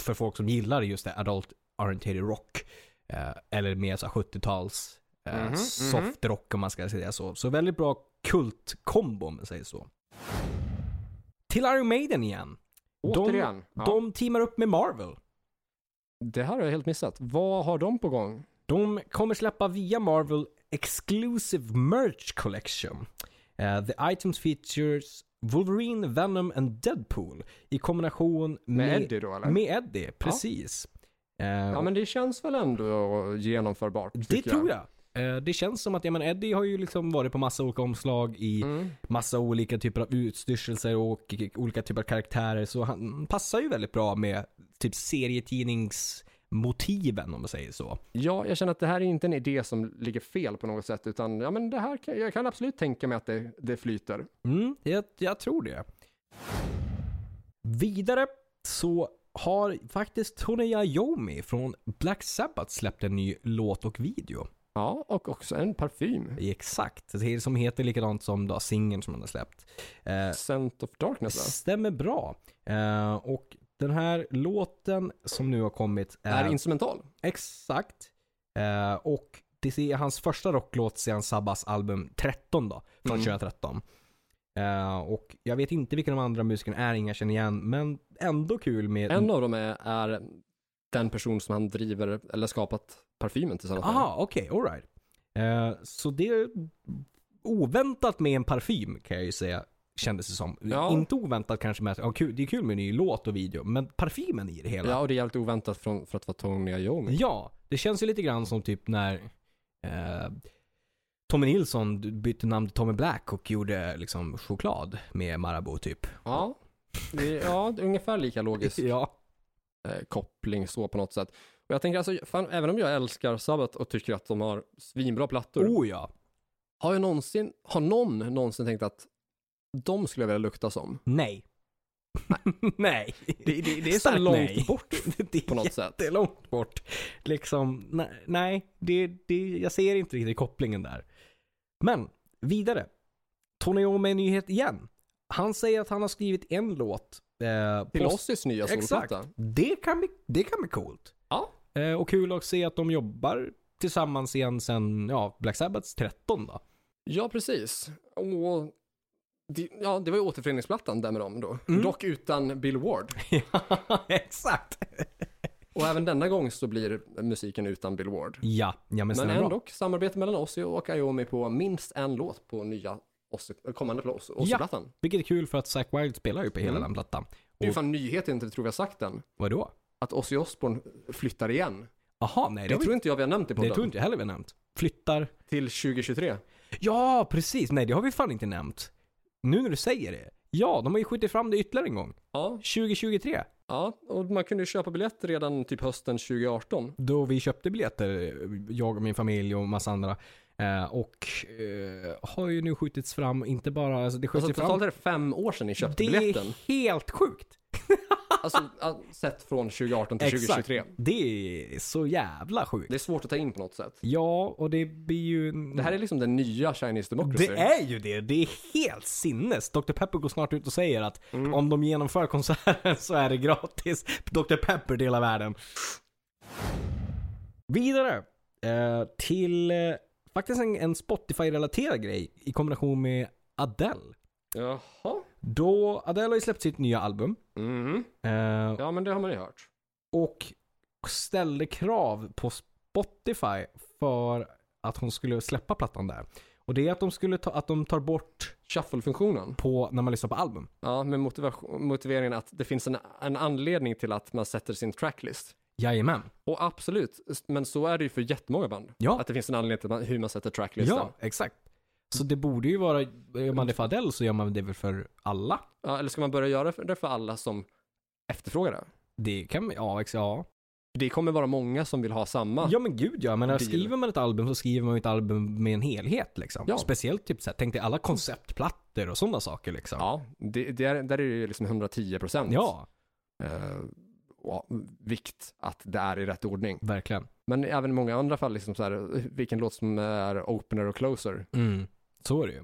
[SPEAKER 2] för folk som gillar just det, adult oriented rock. Eh, eller mer så här 70-tals eh,
[SPEAKER 1] Mhm, mhm.
[SPEAKER 2] soft rock om man ska säga så. Så väldigt bra kultkombo om man säger så. Till Iron Maiden igen. De-
[SPEAKER 1] Återigen. ja.
[SPEAKER 2] De teamar upp med Marvel.
[SPEAKER 1] Det här har jag helt missat. Vad har de på gång?
[SPEAKER 2] De kommer släppa via Marvel Exclusive Merch Collection. Eh, the items features Wolverine, Venom and Deadpool i kombination med,
[SPEAKER 1] Med Eddie då eller?
[SPEAKER 2] Med Eddie, precis. Eh,
[SPEAKER 1] Ja men det känns väl ändå genomförbart.
[SPEAKER 2] det
[SPEAKER 1] tycker
[SPEAKER 2] tror jag. Eh, det känns som att, ja men Eddie har ju liksom varit på massa olika omslag i
[SPEAKER 1] Mm.
[SPEAKER 2] massa olika typer av utstyrselser och olika typer av karaktärer. Så han passar ju väldigt bra med typ serietidningsmotiven om man säger så.
[SPEAKER 1] Ja, jag känner att det här är inte en idé som ligger fel på något sätt utan ja men det här kan, jag kan absolut tänka mig att det, det flyter.
[SPEAKER 2] Mm, jag, jag tror det. Vidare så har faktiskt Toneya Yomi från Black Sabbath släppt en ny låt och video.
[SPEAKER 1] Ja, och också en parfym.
[SPEAKER 2] Exakt. Det är som heter likadant som då singeln som han har släppt. Eh,
[SPEAKER 1] Scent of Darkness va?
[SPEAKER 2] stämmer bra. Eh, och den här låten som nu har kommit
[SPEAKER 1] Är instrumental.
[SPEAKER 2] Exakt. Eh, och det är hans första rocklåt sedan Sabbas album 13 då, från
[SPEAKER 1] Mm.
[SPEAKER 2] 2013. Eh, och jag vet inte vilka de andra musikerna är, inga jag känner igen, men ändå kul med...
[SPEAKER 1] En av dem är, är den person som han driver eller skapat parfymen tillsammans med.
[SPEAKER 2] Aha, okej, alright. Eh, så det är oväntat med en parfym kan jag ju säga, kändes det som.
[SPEAKER 1] Ja.
[SPEAKER 2] Inte oväntat kanske med att ja, kul, det är kul med en ny låt och video, men parfymen i det hela.
[SPEAKER 1] Ja, och det är jävligt oväntat från, för att vara Tony Iommi.
[SPEAKER 2] Ja, det känns ju lite grann som typ när eh, Tommy Nilsson bytte namn till Tommy Black och gjorde liksom choklad med Marabou typ.
[SPEAKER 1] Ja, det, ja det är ungefär lika logiskt.
[SPEAKER 2] Ja.
[SPEAKER 1] eh, koppling så på något sätt. Och jag tänker alltså, fan, även om jag älskar Sabbath och tycker att de har svinbra plattor,
[SPEAKER 2] Oh ja.
[SPEAKER 1] har jag någonsin, har någon någonsin tänkt att de skulle jag vilja lukta som?
[SPEAKER 2] Nej. nej.
[SPEAKER 1] Det, är så
[SPEAKER 2] Starkt
[SPEAKER 1] långt
[SPEAKER 2] nej.
[SPEAKER 1] bort
[SPEAKER 2] det är
[SPEAKER 1] på något sätt.
[SPEAKER 2] jättelångt bort. Liksom, nej, nej det, det, jag ser inte riktigt kopplingen där. Men, vidare. Tony Iommi med en nyhet igen. Han säger att han har skrivit en låt. Eh,
[SPEAKER 1] Till
[SPEAKER 2] på-
[SPEAKER 1] Ossis nya
[SPEAKER 2] Exakt.
[SPEAKER 1] solplatta.
[SPEAKER 2] Det kan bli, det kan bli coolt.
[SPEAKER 1] Ja.
[SPEAKER 2] Eh, och kul att se att de jobbar tillsammans igen sen ja, Black Sabbaths 13 då.
[SPEAKER 1] Ja, precis. Och det, ja, det var ju återföreningsplattan där med dem då.
[SPEAKER 2] Mm.
[SPEAKER 1] Dock utan Bill Ward.
[SPEAKER 2] ja, exakt.
[SPEAKER 1] Och även denna gång så blir musiken utan Bill Ward.
[SPEAKER 2] Ja, ja men,
[SPEAKER 1] Men
[SPEAKER 2] men
[SPEAKER 1] ändå
[SPEAKER 2] bra.
[SPEAKER 1] samarbete mellan Ossi och Iommi på minst en låt på nya Ozzy, eh, kommande Ossi-plattan.
[SPEAKER 2] Vilket är kul för att Zack Wild spelar ju på hela
[SPEAKER 1] Mm.
[SPEAKER 2] den plattan.
[SPEAKER 1] Det är ju
[SPEAKER 2] Och-
[SPEAKER 1] fan nyhet jag inte tror vi har sagt än.
[SPEAKER 2] Vadå?
[SPEAKER 1] Att Ozzy Osbourne flyttar igen.
[SPEAKER 2] Jaha, nej det,
[SPEAKER 1] Det
[SPEAKER 2] har vi-
[SPEAKER 1] tror inte jag vi har nämnt i
[SPEAKER 2] det
[SPEAKER 1] podden.
[SPEAKER 2] tror inte jag heller vi har nämnt. Flyttar.
[SPEAKER 1] Till 2023.
[SPEAKER 2] Ja, precis. Nej, det har vi fan inte nämnt. Nu när du säger det. Ja, de har ju skjutit fram det ytterligare en gång.
[SPEAKER 1] Ja,
[SPEAKER 2] 2023.
[SPEAKER 1] ja, och man kunde ju köpa biljetter redan typ hösten 2018.
[SPEAKER 2] då vi köpte biljetter, jag och min familj och massa andra. Eh, och eh, har ju nu skjutits fram, inte bara, alltså det skjuts
[SPEAKER 1] Alltså
[SPEAKER 2] ju fram.
[SPEAKER 1] totalt är det fem år sedan ni köpte
[SPEAKER 2] Det
[SPEAKER 1] biljetten.
[SPEAKER 2] är helt sjukt.
[SPEAKER 1] Alltså ja, sett från 2018 till 2023.
[SPEAKER 2] Det är så jävla sjukt.
[SPEAKER 1] Det är svårt att ta in på något sätt.
[SPEAKER 2] Ja, och det blir ju... en-
[SPEAKER 1] Det här är liksom den nya Chinese Democracy.
[SPEAKER 2] Mm. det är ju det. Det är helt sinnes. Dr. Pepper går snart ut och säger att om de genomför konserten så är det gratis. Dr. Pepper delar världen. Vidare eh, till eh, faktiskt en, en Spotify-relaterad grej i kombination med Adele.
[SPEAKER 1] Jaha.
[SPEAKER 2] Då Adele har ju släppt sitt nya album
[SPEAKER 1] Mm.
[SPEAKER 2] eh,
[SPEAKER 1] Ja, men det har man ju hört.
[SPEAKER 2] och ställde krav på Spotify för att hon skulle släppa plattan där. Och det är att de, skulle ta, att de tar bort
[SPEAKER 1] Shuffle-funktionen.
[SPEAKER 2] på när man lyssnar på album.
[SPEAKER 1] Ja, med motivation, motiveringen att det finns en, en anledning till att man sätter sin tracklist.
[SPEAKER 2] Jajamän.
[SPEAKER 1] Och absolut, men så är det ju för jättemånga band.
[SPEAKER 2] Ja.
[SPEAKER 1] Att det finns en anledning till man- hur man sätter
[SPEAKER 2] Ja,
[SPEAKER 1] tracklistan.
[SPEAKER 2] exakt. Så det borde ju vara, gör man det för Adele så gör man det väl för alla.
[SPEAKER 1] Ja, eller ska man börja göra det för alla som efterfrågar det?
[SPEAKER 2] Det kan, ja, ex, ja.
[SPEAKER 1] Det kommer vara många som vill ha samma.
[SPEAKER 2] ja men gud ja, men när
[SPEAKER 1] Deal.
[SPEAKER 2] skriver man ett album så skriver man ju ett album med en helhet liksom.
[SPEAKER 1] Ja.
[SPEAKER 2] Speciellt typ så här, tänk dig alla konceptplattor och sådana saker liksom.
[SPEAKER 1] Ja, det, det är, där är det ju liksom 110 procent
[SPEAKER 2] Ja,
[SPEAKER 1] vikt att det är i rätt ordning.
[SPEAKER 2] verkligen.
[SPEAKER 1] Men även i många andra fall, liksom så här, vilken låt som är opener och closer.
[SPEAKER 2] Mm. Så är det ju.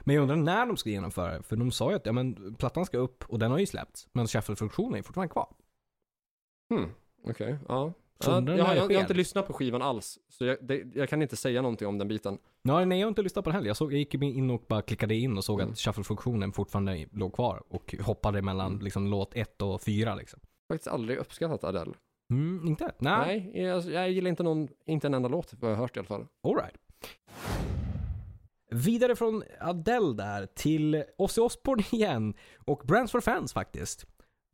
[SPEAKER 2] Men jag undrar när de ska genomföra det, för de sa ju att ja, men, plattan ska upp och den har ju släppts, men shuffle-funktionen är fortfarande kvar.
[SPEAKER 1] Hmm, Okej, ja.
[SPEAKER 2] Så
[SPEAKER 1] Ja,
[SPEAKER 2] undrar
[SPEAKER 1] jag,
[SPEAKER 2] när
[SPEAKER 1] jag,
[SPEAKER 2] det
[SPEAKER 1] jag har
[SPEAKER 2] sker.
[SPEAKER 1] inte lyssnat på skivan alls, så jag, det, jag kan inte säga någonting om den biten.
[SPEAKER 2] Nej, nej, jag har inte lyssnat på den heller. Jag, såg, jag gick in och bara klickade in och såg
[SPEAKER 1] Mm.
[SPEAKER 2] att shuffle-funktionen fortfarande låg kvar och hoppade mellan
[SPEAKER 1] Mm.
[SPEAKER 2] liksom, låt 1 och 4. Liksom.
[SPEAKER 1] Faktiskt aldrig uppskattat Adele.
[SPEAKER 2] Mm, inte? Nej. nej.
[SPEAKER 1] Nej, jag, jag gillar inte någon, inte en enda låt vad jag har hört i alla fall.
[SPEAKER 2] All right. Vidare från Adele där till Ozzy Osbourne igen och Brands for Fans faktiskt.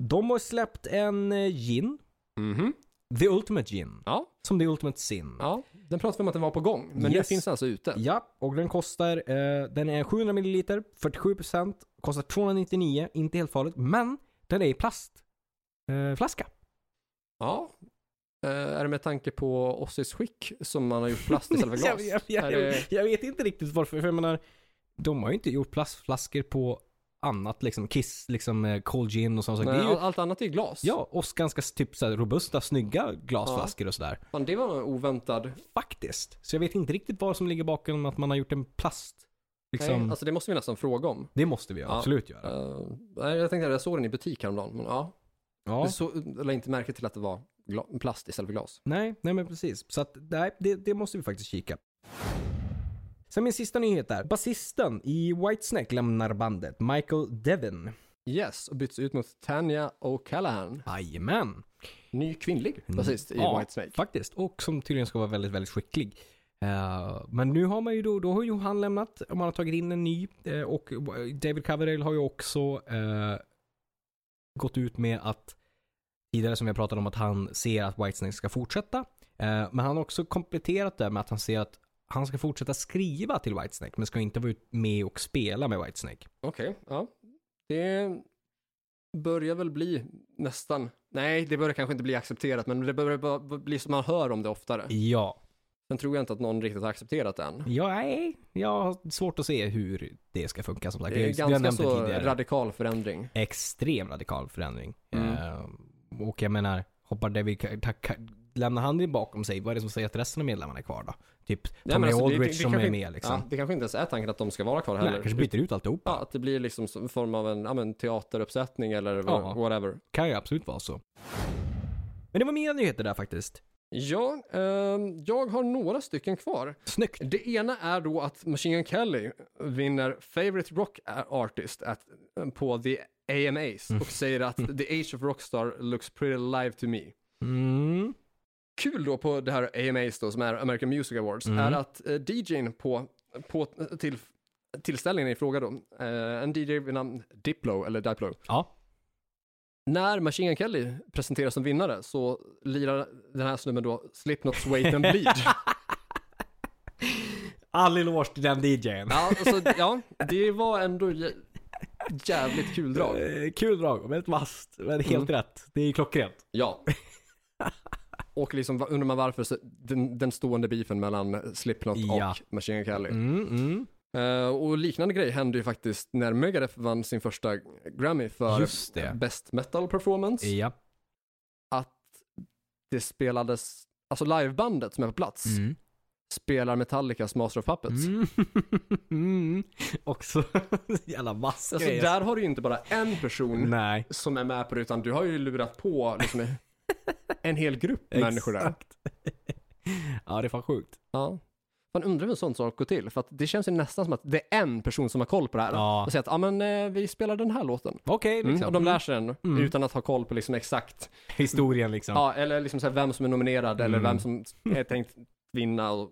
[SPEAKER 2] De har släppt en eh, gin,
[SPEAKER 1] Mhm.
[SPEAKER 2] The Ultimate Gin,
[SPEAKER 1] Ja,
[SPEAKER 2] som The Ultimate Sin.
[SPEAKER 1] ja. Den pratade vi om att den var på gång, men den
[SPEAKER 2] Yes.
[SPEAKER 1] finns alltså ute.
[SPEAKER 2] Ja, och den kostar, eh, den är 700 ml, 47%, kostar 299, inte helt farligt, men den är i plast. Eh, flaska.
[SPEAKER 1] Ja. Eh, är det med tanke på Ozzys skick som man har gjort plast istället för glas?
[SPEAKER 2] jag, jag, jag,
[SPEAKER 1] Är det-
[SPEAKER 2] jag vet inte riktigt varför, för jag menar, de har ju inte gjort plastflaskor på annat liksom, Kiss, liksom eh, Cold Gin och sånt. Så det
[SPEAKER 1] Nej,
[SPEAKER 2] är ju,
[SPEAKER 1] Allt annat är ju glas.
[SPEAKER 2] ja, och ganska typ så här, robusta, snygga glasflaskor och sådär.
[SPEAKER 1] Fan, det var en oväntad.
[SPEAKER 2] Faktiskt. Så jag vet inte riktigt vad som ligger bakom att man har gjort en plast. Liksom,
[SPEAKER 1] Nej, alltså det måste vi nästan fråga om.
[SPEAKER 2] det måste vi
[SPEAKER 1] Ja.
[SPEAKER 2] absolut göra.
[SPEAKER 1] Eh, nej, jag tänkte att jag såg den i butik häromdagen, men ja.
[SPEAKER 2] Ja.
[SPEAKER 1] Jag Så, eller inte märke till att det var gla- plast istället för glas.
[SPEAKER 2] Nej, nej men precis. Så att, nej, det, det måste vi faktiskt kika. Sen min sista nyhet där. Basisten i Whitesnake lämnar bandet, Michael Devin.
[SPEAKER 1] Yes, och byts ut mot Tanya O'Callaghan.
[SPEAKER 2] Jajamän.
[SPEAKER 1] Ny kvinnlig basist i
[SPEAKER 2] Mm. Ja,
[SPEAKER 1] Whitesnake.
[SPEAKER 2] faktiskt. Och som tydligen ska vara väldigt, väldigt skicklig. Eh, men nu har man ju då, då har ju han lämnat och man har tagit in en ny. eh, och David Coverdale har ju också eh, gått ut med att tidigare som jag pratade om att han ser att Whitesnake ska fortsätta. Eh, men han har också kompletterat det med att han ser att han ska fortsätta skriva till Whitesnake men ska inte vara ut- med och spela med Whitesnake.
[SPEAKER 1] Okej, ja. Det börjar väl bli nästan, nej det börjar kanske inte bli accepterat men det börjar bara bli som man hör om det oftare.
[SPEAKER 2] Ja.
[SPEAKER 1] Sen tror jag inte att någon riktigt har accepterat det än.
[SPEAKER 2] Ja, nej. Jag har svårt att se hur det ska funka som sagt.
[SPEAKER 1] Det är
[SPEAKER 2] Vi har
[SPEAKER 1] ganska
[SPEAKER 2] nämnt det
[SPEAKER 1] så
[SPEAKER 2] tidigare.
[SPEAKER 1] radikal förändring.
[SPEAKER 2] extrem radikal förändring.
[SPEAKER 1] Mm.
[SPEAKER 2] Eh, och jag menar, hoppar David, Ka- Ka- Ka- lämnar han det bakom sig, vad är det som säger att resten av medlemmarna är kvar då? Typ
[SPEAKER 1] Nej,
[SPEAKER 2] Tommy
[SPEAKER 1] men alltså, det-
[SPEAKER 2] Aldrich
[SPEAKER 1] det
[SPEAKER 2] som
[SPEAKER 1] kanske
[SPEAKER 2] är
[SPEAKER 1] inte-
[SPEAKER 2] med liksom.
[SPEAKER 1] Ja, det kanske inte ens är tanken att de ska vara kvar
[SPEAKER 2] Nej,
[SPEAKER 1] heller.
[SPEAKER 2] kanske byter ut alltihop.
[SPEAKER 1] ja, att det blir liksom som en form av en ja, men, teateruppsättning eller
[SPEAKER 2] Ja.
[SPEAKER 1] whatever.
[SPEAKER 2] Kan ju absolut vara så. Men det var mina nyheter där faktiskt.
[SPEAKER 1] Ja, ehm, jag har några stycken kvar.
[SPEAKER 2] Snyggt.
[SPEAKER 1] Det ena är då att Machine Gun Kelly vinner Favorite Rock Artist at, eh, på The AMAs och säger att The Age of Rockstar looks pretty live to me.
[SPEAKER 2] Mm.
[SPEAKER 1] Kul då på det här AMAs då, som är American Music Awards,
[SPEAKER 2] Mm.
[SPEAKER 1] är att eh, DJn på, på till, tillställningen i fråga då, eh, en DJ vid namn Diplo, eller Diplo,
[SPEAKER 2] Ja.
[SPEAKER 1] när Machine Gun Kelly presenteras som vinnare så lirar den här snubben då Slipknots Wait and Bleed.
[SPEAKER 2] All eloge till den DJn.
[SPEAKER 1] ja, alltså, ja, det var ändå jä- jävligt kul drag. Mm.
[SPEAKER 2] Eh, Kul drag, väldigt vasst. Men helt rätt. Det är ju klockrent.
[SPEAKER 1] Ja. Och liksom va- undrar man varför så, den, den stående beefen mellan Slipknot
[SPEAKER 2] Ja.
[SPEAKER 1] och Machine Gun Kelly.
[SPEAKER 2] Mm, mm.
[SPEAKER 1] Eh, och liknande grej hände ju faktiskt när Megadeth vann sin första Grammy för
[SPEAKER 2] Just det.
[SPEAKER 1] Best Metal Performance.
[SPEAKER 2] Ja.
[SPEAKER 1] Det spelades, alltså livebandet som är på plats
[SPEAKER 2] Mm.
[SPEAKER 1] spelar Metallicas Master of Puppets.
[SPEAKER 2] Mm. mm. Också jävla vass
[SPEAKER 1] Alltså
[SPEAKER 2] grej.
[SPEAKER 1] där har du ju inte bara en person
[SPEAKER 2] Nej.
[SPEAKER 1] som är med på det utan du har ju lurat på liksom, en hel grupp människor där.
[SPEAKER 2] Exakt. ja, det är fan sjukt.
[SPEAKER 1] Ja. Man undrar hur sånt sak går till, för att det känns ju nästan som att det är en person som har koll på det här.
[SPEAKER 2] Ja.
[SPEAKER 1] Och säger att, ja men eh, vi spelar den här låten.
[SPEAKER 2] Okej,
[SPEAKER 1] Mm,
[SPEAKER 2] liksom.
[SPEAKER 1] Och de lär sig den
[SPEAKER 2] Mm.
[SPEAKER 1] utan att ha koll på liksom exakt,
[SPEAKER 2] Historien liksom.
[SPEAKER 1] ja, eller liksom så här vem som är nominerad eller
[SPEAKER 2] Mm.
[SPEAKER 1] vem som är tänkt vinna och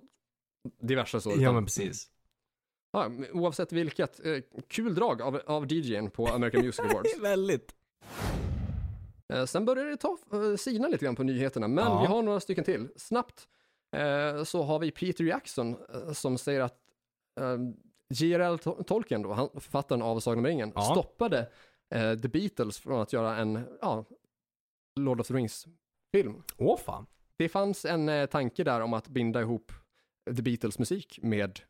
[SPEAKER 1] diverse så.
[SPEAKER 2] ja
[SPEAKER 1] Utan- Mm.
[SPEAKER 2] men precis.
[SPEAKER 1] Ja, men oavsett vilket, eh, kul drag av, av DJn på American Music Awards.
[SPEAKER 2] väldigt.
[SPEAKER 1] Eh, sen börjar det ta, eh, sina lite grann på nyheterna, men
[SPEAKER 2] Ja.
[SPEAKER 1] vi har några stycken till. Snabbt eh, så har vi Peter Jackson eh, som säger att eh, J.R.L. Tol- Tolkien, då, han, författaren av Sagan om ringen,
[SPEAKER 2] Ja.
[SPEAKER 1] stoppade eh, The Beatles från att göra en ja, Lord of the Rings-film.
[SPEAKER 2] Åh fan.
[SPEAKER 1] Det fanns en eh, tanke där om att binda ihop The Beatles musik med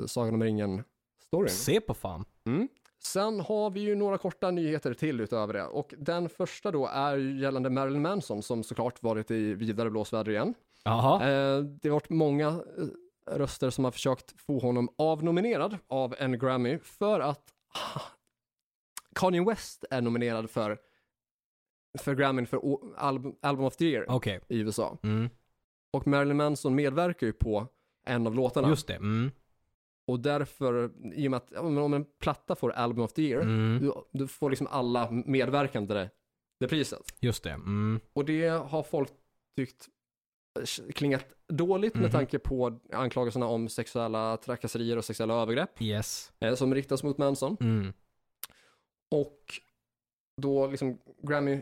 [SPEAKER 1] eh, Sagan om ringen-storyn.
[SPEAKER 2] Se på fan.
[SPEAKER 1] Sen har vi ju några korta nyheter till utöver det och den första då är ju gällande Marilyn Manson som såklart varit i vidare blåsväder igen.
[SPEAKER 2] Jaha.
[SPEAKER 1] Eh, det har varit många eh, röster som har försökt få honom avnominerad av en Grammy för att ah, Kanye West är nominerad för, för Grammyn för o- album, album of the year
[SPEAKER 2] Okej.
[SPEAKER 1] i USA.
[SPEAKER 2] Mm.
[SPEAKER 1] Och Marilyn Manson medverkar ju på en av låtarna
[SPEAKER 2] Just det. Mm.
[SPEAKER 1] och därför, i och med att ja, men om en platta får album of the year
[SPEAKER 2] Mm.
[SPEAKER 1] du, du får liksom alla medverkande det, det priset.
[SPEAKER 2] Just det. Mm.
[SPEAKER 1] Och det har folk tyckt eh, klingat dåligt
[SPEAKER 2] Mhm.
[SPEAKER 1] med tanke på anklagelserna om sexuella trakasserier och sexuella övergrepp
[SPEAKER 2] Yes.
[SPEAKER 1] eh, som riktas mot Manson.
[SPEAKER 2] Mm.
[SPEAKER 1] Och då liksom Grammy,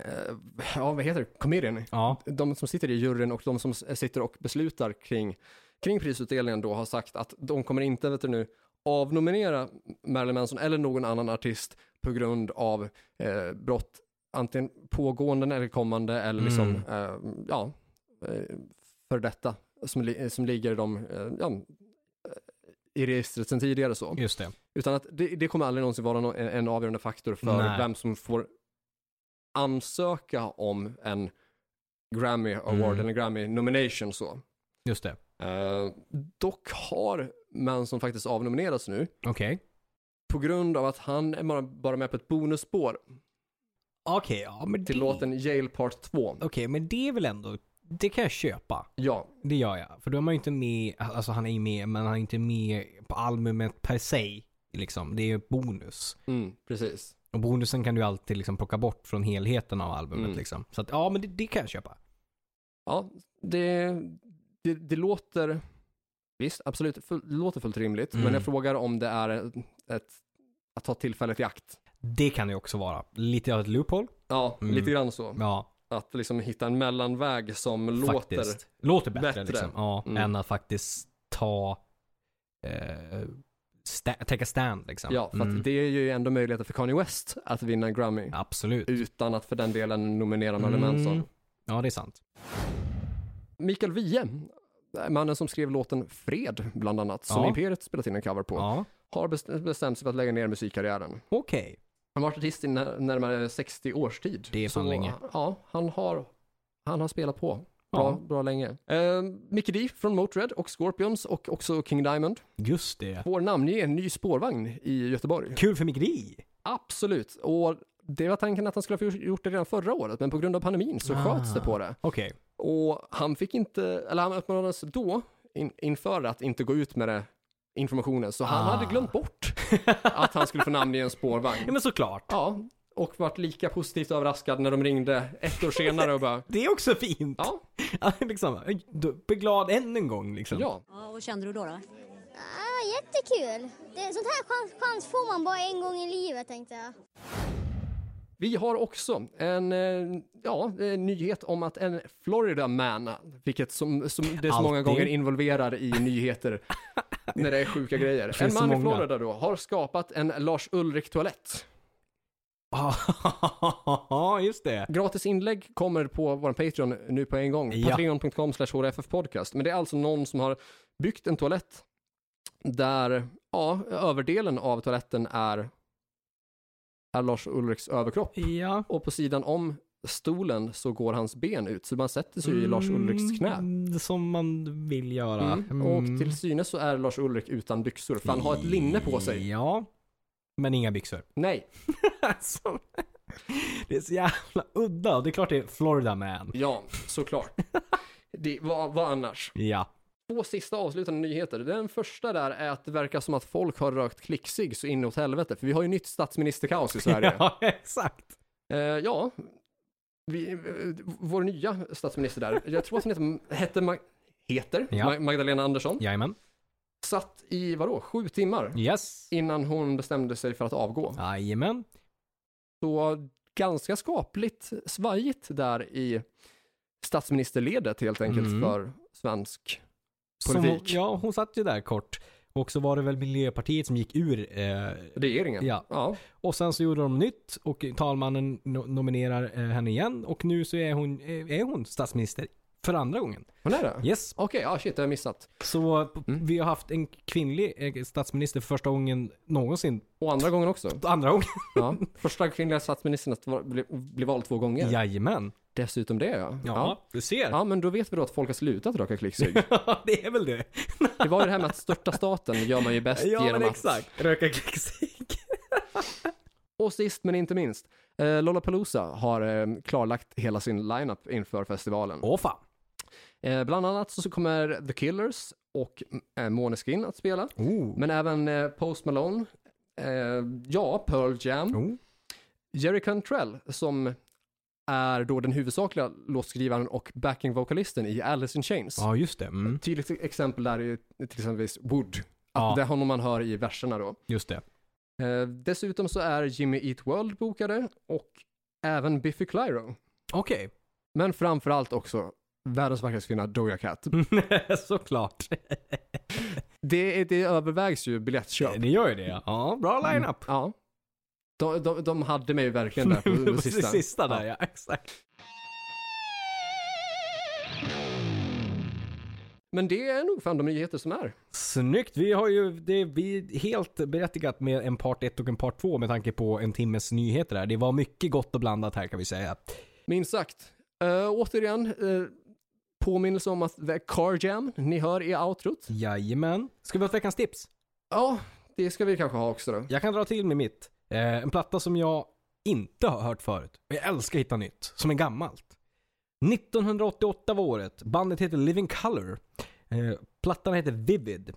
[SPEAKER 1] eh, ja vad heter det, committee,
[SPEAKER 2] Ja.
[SPEAKER 1] de som sitter i juryn och de som s- sitter och beslutar kring, kring prisutdelningen då har sagt att de kommer inte, vet du nu, avnominera Marilyn Manson eller någon annan artist på grund av eh, brott, antingen pågående eller kommande eller liksom,
[SPEAKER 2] Mm.
[SPEAKER 1] eh, ja, eh, för detta som, li- som ligger de, eh, ja, eh, i registret sedan tidigare så.
[SPEAKER 2] Just det.
[SPEAKER 1] Utan att det, det kommer aldrig någonsin vara någon, en, en avgörande faktor för
[SPEAKER 2] Nej.
[SPEAKER 1] vem som får ansöka om en Grammy Award
[SPEAKER 2] Mm.
[SPEAKER 1] eller en Grammy nomination så.
[SPEAKER 2] Just det.
[SPEAKER 1] Eh, dock har Manson faktiskt avnominerats nu
[SPEAKER 2] Okej.
[SPEAKER 1] på grund av att han är bara, bara med på ett bonusspår
[SPEAKER 2] Okej, ja men
[SPEAKER 1] till
[SPEAKER 2] det...
[SPEAKER 1] låten Jail Part 2.
[SPEAKER 2] Okej, men det är väl ändå... Det kan jag köpa.
[SPEAKER 1] Ja,
[SPEAKER 2] Det gör jag. För då är man ju inte med... Alltså han är ju med, men han är inte med på albumet per se. Liksom. Det är ju bonus.
[SPEAKER 1] mm, precis.
[SPEAKER 2] Och bonusen kan du ju alltid liksom plocka bort från helheten av albumet
[SPEAKER 1] Mm.
[SPEAKER 2] liksom. Så att, ja men det, det kan jag köpa.
[SPEAKER 1] Ja, det, det, det låter, visst absolut, full, det låter fullt rimligt,
[SPEAKER 2] Mm.
[SPEAKER 1] men jag frågar om det är ett, att ta tillfället i akt.
[SPEAKER 2] Det kan det också vara. Lite av ett loophole.
[SPEAKER 1] Ja,
[SPEAKER 2] Mm.
[SPEAKER 1] lite grann så.
[SPEAKER 2] Ja,
[SPEAKER 1] Att liksom hitta en mellanväg som låter.
[SPEAKER 2] faktiskt. Låter bättre,
[SPEAKER 1] bättre.
[SPEAKER 2] liksom. Ja,
[SPEAKER 1] Mm.
[SPEAKER 2] än att faktiskt ta... Eh, sta- take a stand liksom.
[SPEAKER 1] Ja, för att
[SPEAKER 2] Mm.
[SPEAKER 1] det är ju ändå möjligheten för Kanye West att vinna en Grammy.
[SPEAKER 2] Absolut.
[SPEAKER 1] Utan att för den delen nominera Marilyn
[SPEAKER 2] Mm.
[SPEAKER 1] Manson.
[SPEAKER 2] Ja, det är sant.
[SPEAKER 1] Mikael Wiehe, eh, mannen som skrev låten Fred bland annat, som
[SPEAKER 2] Ja.
[SPEAKER 1] Imperiet spelat in en cover på,
[SPEAKER 2] Ja,
[SPEAKER 1] har best- bestämt sig för att lägga ner musikkarriären.
[SPEAKER 2] okej.
[SPEAKER 1] Han har varit artist i när- närmare 60 års tid.
[SPEAKER 2] Det är fan
[SPEAKER 1] Så,
[SPEAKER 2] länge.
[SPEAKER 1] Ja, han har, han har spelat på. Bra,
[SPEAKER 2] Ja,
[SPEAKER 1] bra länge. Eh, Mickey D från Motörhead och Scorpions och också King Diamond.
[SPEAKER 2] just det.
[SPEAKER 1] får namnge en ny spårvagn i Göteborg.
[SPEAKER 2] Kul för Migri.
[SPEAKER 1] Absolut, och det var tanken att han skulle ha gjort det redan förra året, men på grund av pandemin så
[SPEAKER 2] Ah.
[SPEAKER 1] sköts det på det.
[SPEAKER 2] Okej.
[SPEAKER 1] Och han fick inte, eller han uppmanades då in, inför att inte gå ut med det, informationen, så han
[SPEAKER 2] Ah.
[SPEAKER 1] hade glömt bort att han skulle få namnge en
[SPEAKER 2] Ja,
[SPEAKER 1] spårvagn.
[SPEAKER 2] men såklart.
[SPEAKER 1] Ja, och vart lika positivt överraskad när de ringde ett år senare och bara,
[SPEAKER 2] Det är också fint.
[SPEAKER 1] ja,
[SPEAKER 2] Ja. liksom, du blir glad än en gång liksom.
[SPEAKER 1] ja,
[SPEAKER 3] Ja, och kände du då? då?
[SPEAKER 4] Ah, jättekul! Det, sånt här chans, chans får man bara en gång i livet tänkte jag.
[SPEAKER 1] Vi har också en eh, ja, eh, nyhet om att en Florida man, vilket som, som det så många
[SPEAKER 2] Alltid.
[SPEAKER 1] gånger involverar i nyheter när det är sjuka grejer.
[SPEAKER 2] finns
[SPEAKER 1] En
[SPEAKER 2] så
[SPEAKER 1] man i
[SPEAKER 2] många.
[SPEAKER 1] Florida då har skapat en Lars Ulrik-toalett.
[SPEAKER 2] Ja, just det.
[SPEAKER 1] Gratis inlägg kommer på vår Patreon nu på en gång.
[SPEAKER 2] Ja.
[SPEAKER 1] Patreon.com slash podcast. Men det är alltså någon som har byggt en toalett där ja, överdelen av toaletten är, är Lars Ulriks överkropp.
[SPEAKER 2] Ja.
[SPEAKER 1] och på sidan om stolen så går hans ben ut, så man sätter sig i Lars Ulriks knä.
[SPEAKER 2] Mm, Som man vill göra.
[SPEAKER 1] Mm. Och till synes så är Lars Ulrik utan byxor, för han har ett linne på sig.
[SPEAKER 2] Ja. Men inga byxor.
[SPEAKER 1] Nej,
[SPEAKER 2] Alltså, det är så jävla udda. Och Det är klart det är Florida man.
[SPEAKER 1] ja, såklart. Det, vad, vad annars?
[SPEAKER 2] Ja.
[SPEAKER 1] Två sista avslutande nyheter. Den första där är att det verkar som att folk har rökt klicksig så inåt helvete, för vi har ju nytt statsministerkaos i Sverige.
[SPEAKER 2] Ja, exakt.
[SPEAKER 1] Eh, ja, vi, eh, vår nya statsminister där, jag tror att hon heter, hette Mag- heter
[SPEAKER 2] Ja.
[SPEAKER 1] Ma- Magdalena Andersson,
[SPEAKER 2] Jajamän.
[SPEAKER 1] satt i vadå, sju timmar
[SPEAKER 2] Yes.
[SPEAKER 1] innan hon bestämde sig för att avgå.
[SPEAKER 2] Jajamän.
[SPEAKER 1] Så ganska skapligt svajigt där i statsministerledet helt enkelt
[SPEAKER 2] Mm.
[SPEAKER 1] för svensk.
[SPEAKER 2] Som, hon-
[SPEAKER 1] Politik.
[SPEAKER 2] ja, hon satt ju där kort. Och så var det väl Miljöpartiet som gick ur. Eh,
[SPEAKER 1] Regeringen.
[SPEAKER 2] Ja.
[SPEAKER 1] ja.
[SPEAKER 2] och sen så gjorde de nytt och talmannen no- nominerar eh, henne igen. Och nu så är hon, eh, är hon statsminister för andra gången.
[SPEAKER 1] Hon är det?
[SPEAKER 2] Yes.
[SPEAKER 1] Okej, ja shit, jag har missat.
[SPEAKER 2] Så eh, p-
[SPEAKER 1] Mm.
[SPEAKER 2] vi har haft en kvinnlig eh, statsminister för första gången någonsin.
[SPEAKER 1] Och andra gången också.
[SPEAKER 2] Andra gången?
[SPEAKER 1] Ja. Första kvinnliga statsministern att vara- bli, bli vald två gånger.
[SPEAKER 2] Jajamän.
[SPEAKER 1] Dessutom det ja.
[SPEAKER 2] du ser.
[SPEAKER 1] Ja, men då vet vi då att folk har slutat röka klicksug.
[SPEAKER 2] det är väl det.
[SPEAKER 1] Det var ju det här med att störta staten gör man ju bäst genom att...
[SPEAKER 2] Röka kexig.
[SPEAKER 1] Och sist men inte minst, eh, Lollapalooza har eh, klarlagt hela sin lineup inför festivalen.
[SPEAKER 2] Åh fan.
[SPEAKER 1] Eh, bland annat så kommer The Killers och eh, Måneskin att spela.
[SPEAKER 2] Oh.
[SPEAKER 1] Men även eh, Post Malone, eh, ja, Pearl Jam,
[SPEAKER 2] Oh.
[SPEAKER 1] Jerry Cantrell som är då den huvudsakliga låtskrivaren och backing-vokalisten i Alice in Chains.
[SPEAKER 2] Ja, just det. Mm.
[SPEAKER 1] Tydligt exempel där är ju till exempel Wood. Att
[SPEAKER 2] Ja.
[SPEAKER 1] Det är honom man hör i verserna då.
[SPEAKER 2] Just det.
[SPEAKER 1] Eh, dessutom så är Jimmy Eat World bokade och även Biffy Clyro.
[SPEAKER 2] Okej.
[SPEAKER 1] Men framförallt också världens vackraste kvinna Doja Cat.
[SPEAKER 2] Mm. Såklart.
[SPEAKER 1] Det, är- det övervägs ju biljettköp.
[SPEAKER 2] Det gör ju det. ja. Ja, bra lineup.
[SPEAKER 1] Ja. De, de, de hade mig ju verkligen där på Mm. det
[SPEAKER 2] Det
[SPEAKER 1] sista.
[SPEAKER 2] sista där, ja. Exakt.
[SPEAKER 1] Men det är nog fan de nyheter som är.
[SPEAKER 2] Snyggt. Vi har ju, det, vi är helt berättigat med en part 1 och en part 2 med tanke på en timmes nyheter där. Det var mycket gott och blandat här kan vi säga.
[SPEAKER 1] Minst sagt. Eh, återigen, eh, påminnelse om att The Car Jam ni hör i outrot.
[SPEAKER 2] Jajamän. Ska vi ha ett veckans tips?
[SPEAKER 1] Ja, det ska vi kanske ha också då.
[SPEAKER 2] Jag kan dra till med mitt. Eh, en platta som jag inte har hört förut. Men jag älskar att hitta nytt. Som är gammalt. 1988 var året. Bandet heter Living Color. Eh, plattan heter Vivid.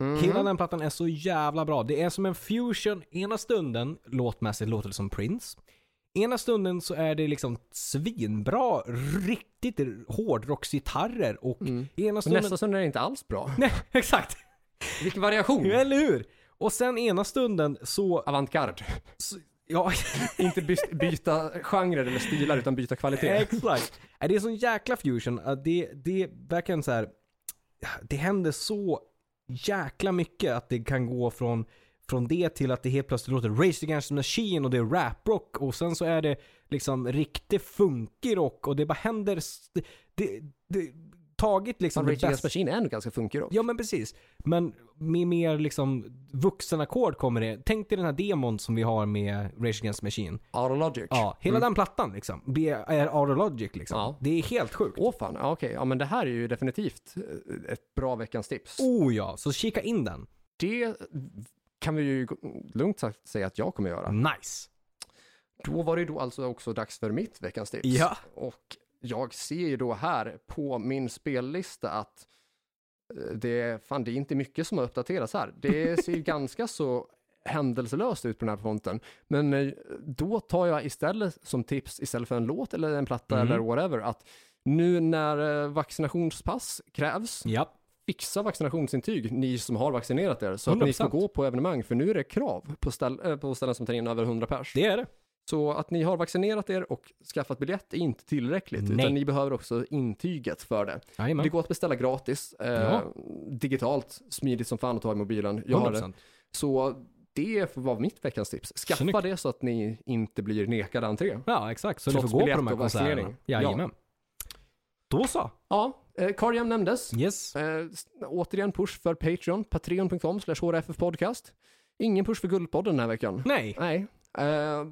[SPEAKER 1] Mhm.
[SPEAKER 2] Hela den plattan är så jävla bra. Det är som en fusion. Ena stunden, låtmässigt låter det som Prince. Ena stunden så är det liksom svinbra, riktigt hårdrocksgitarrer och ena
[SPEAKER 1] Och
[SPEAKER 2] stunden...
[SPEAKER 1] nästa stund är det inte alls bra.
[SPEAKER 2] Nej, exakt!
[SPEAKER 1] Vilken variation!
[SPEAKER 2] Eller hur? Och sen ena stunden så...
[SPEAKER 1] Avantgarde.
[SPEAKER 2] så ja,
[SPEAKER 1] Inte by- byta genrer eller stilar utan byta kvalitet.
[SPEAKER 2] Exakt. Nej, Det är sån jäkla fusion. att Det, det verkar så här. Det händer så jäkla mycket att det kan gå från, från det till att det helt plötsligt låter Race Against the Machine och det är raprock och sen så är det liksom riktig funkig rock och det bara händer. s- Det, det, det tagit liksom
[SPEAKER 1] Som
[SPEAKER 2] det
[SPEAKER 1] Rage Against
[SPEAKER 2] bästa.
[SPEAKER 1] the Machine är nog ganska funkig då.
[SPEAKER 2] Ja men precis. Men med mer liksom vuxenackord kommer det. Tänk dig den här demon som vi har med Rage Against the Machine.
[SPEAKER 1] Auto Logic.
[SPEAKER 2] Ja, hela den plattan liksom. Det är Aurologic liksom.
[SPEAKER 1] Mm. Ja.
[SPEAKER 2] Det är helt sjukt.
[SPEAKER 1] Åh fan, ja, okej. Ja men det här är ju definitivt eh, ett bra veckans tips.
[SPEAKER 2] Oh ja, så kika in den.
[SPEAKER 1] Det kan vi ju lugnt sagt säga att jag kommer göra.
[SPEAKER 2] Nice.
[SPEAKER 1] Då var det ju då alltså också dags för mitt veckans tips.
[SPEAKER 2] Ja.
[SPEAKER 1] Och jag ser ju då här på min spellista att eh, det, är- fan, det är inte mycket som har uppdaterats här. Det ser ju ganska så händelselöst ut på den här fronten. Men eh, då tar jag istället som tips, istället för en låt eller en platta
[SPEAKER 2] Mm.
[SPEAKER 1] eller whatever, att nu när eh, vaccinationspass krävs,
[SPEAKER 2] Ja.
[SPEAKER 1] fixa vaccinationsintyg, ni som har vaccinerat er, så att ni kan
[SPEAKER 2] 100%.
[SPEAKER 1] gå på evenemang, för nu är det krav på, ställ, eh, på ställen som tar in över 100 pers.
[SPEAKER 2] Det är det.
[SPEAKER 1] Så att ni har vaccinerat er och skaffat biljett är inte tillräckligt,
[SPEAKER 2] Nej.
[SPEAKER 1] utan ni behöver också intyget för det. Det
[SPEAKER 2] Jajamän.
[SPEAKER 1] går att beställa gratis, eh,
[SPEAKER 2] Ja.
[SPEAKER 1] digitalt, smidigt som fan att ta i mobilen. Jag har det.
[SPEAKER 2] 100%.
[SPEAKER 1] Så det var mitt veckans tips. Skaffa
[SPEAKER 2] Snyggt.
[SPEAKER 1] det så att ni inte blir nekade entré.
[SPEAKER 2] Ja, exakt. Så
[SPEAKER 1] Trots
[SPEAKER 2] du får gå på
[SPEAKER 1] biljett
[SPEAKER 2] de här
[SPEAKER 1] och vaccinering.
[SPEAKER 2] konserterna.
[SPEAKER 1] Ja.
[SPEAKER 2] Jajamän. Då så.
[SPEAKER 1] Ja, eh, Cardiam nämndes.
[SPEAKER 2] Yes.
[SPEAKER 1] Eh, s- återigen push för Patreon, patreon.com slash hrffpodcast. Ingen push för Guldpodden den här veckan.
[SPEAKER 2] Nej.
[SPEAKER 1] Nej. Eh,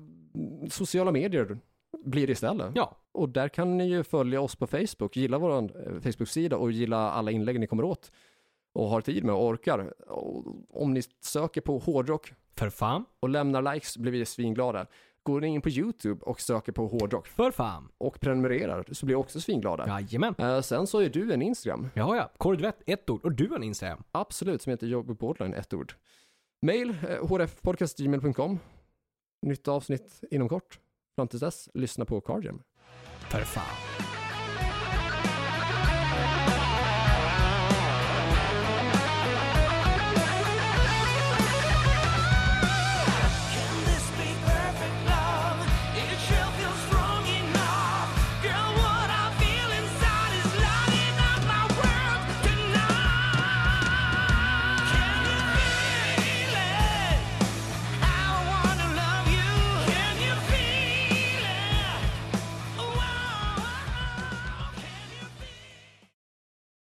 [SPEAKER 1] sociala medier blir det istället.
[SPEAKER 2] Ja.
[SPEAKER 1] Och där kan ni ju följa oss på Facebook, gilla vår eh, Facebook-sida och gilla alla inlägg ni kommer åt och har tid med och orkar. Och om ni söker på hårdrock
[SPEAKER 2] För fan.
[SPEAKER 1] och lämnar likes blir vi svinglada. Går ni in på YouTube och söker på hårdrock
[SPEAKER 2] För fan.
[SPEAKER 1] och prenumererar så blir jag också svinglada.
[SPEAKER 2] Jajamän.
[SPEAKER 1] Eh, sen så är du en Instagram.
[SPEAKER 2] Ja, ja. Korridvett, ett ord. Och du har en Instagram.
[SPEAKER 1] Absolut, som heter Jobby Borderline, ett ord. Mail, eh, hrfpodcastgmail.com. Nytt avsnitt inom kort. Fram tills dess, lyssna på Cardium.
[SPEAKER 2] För fan.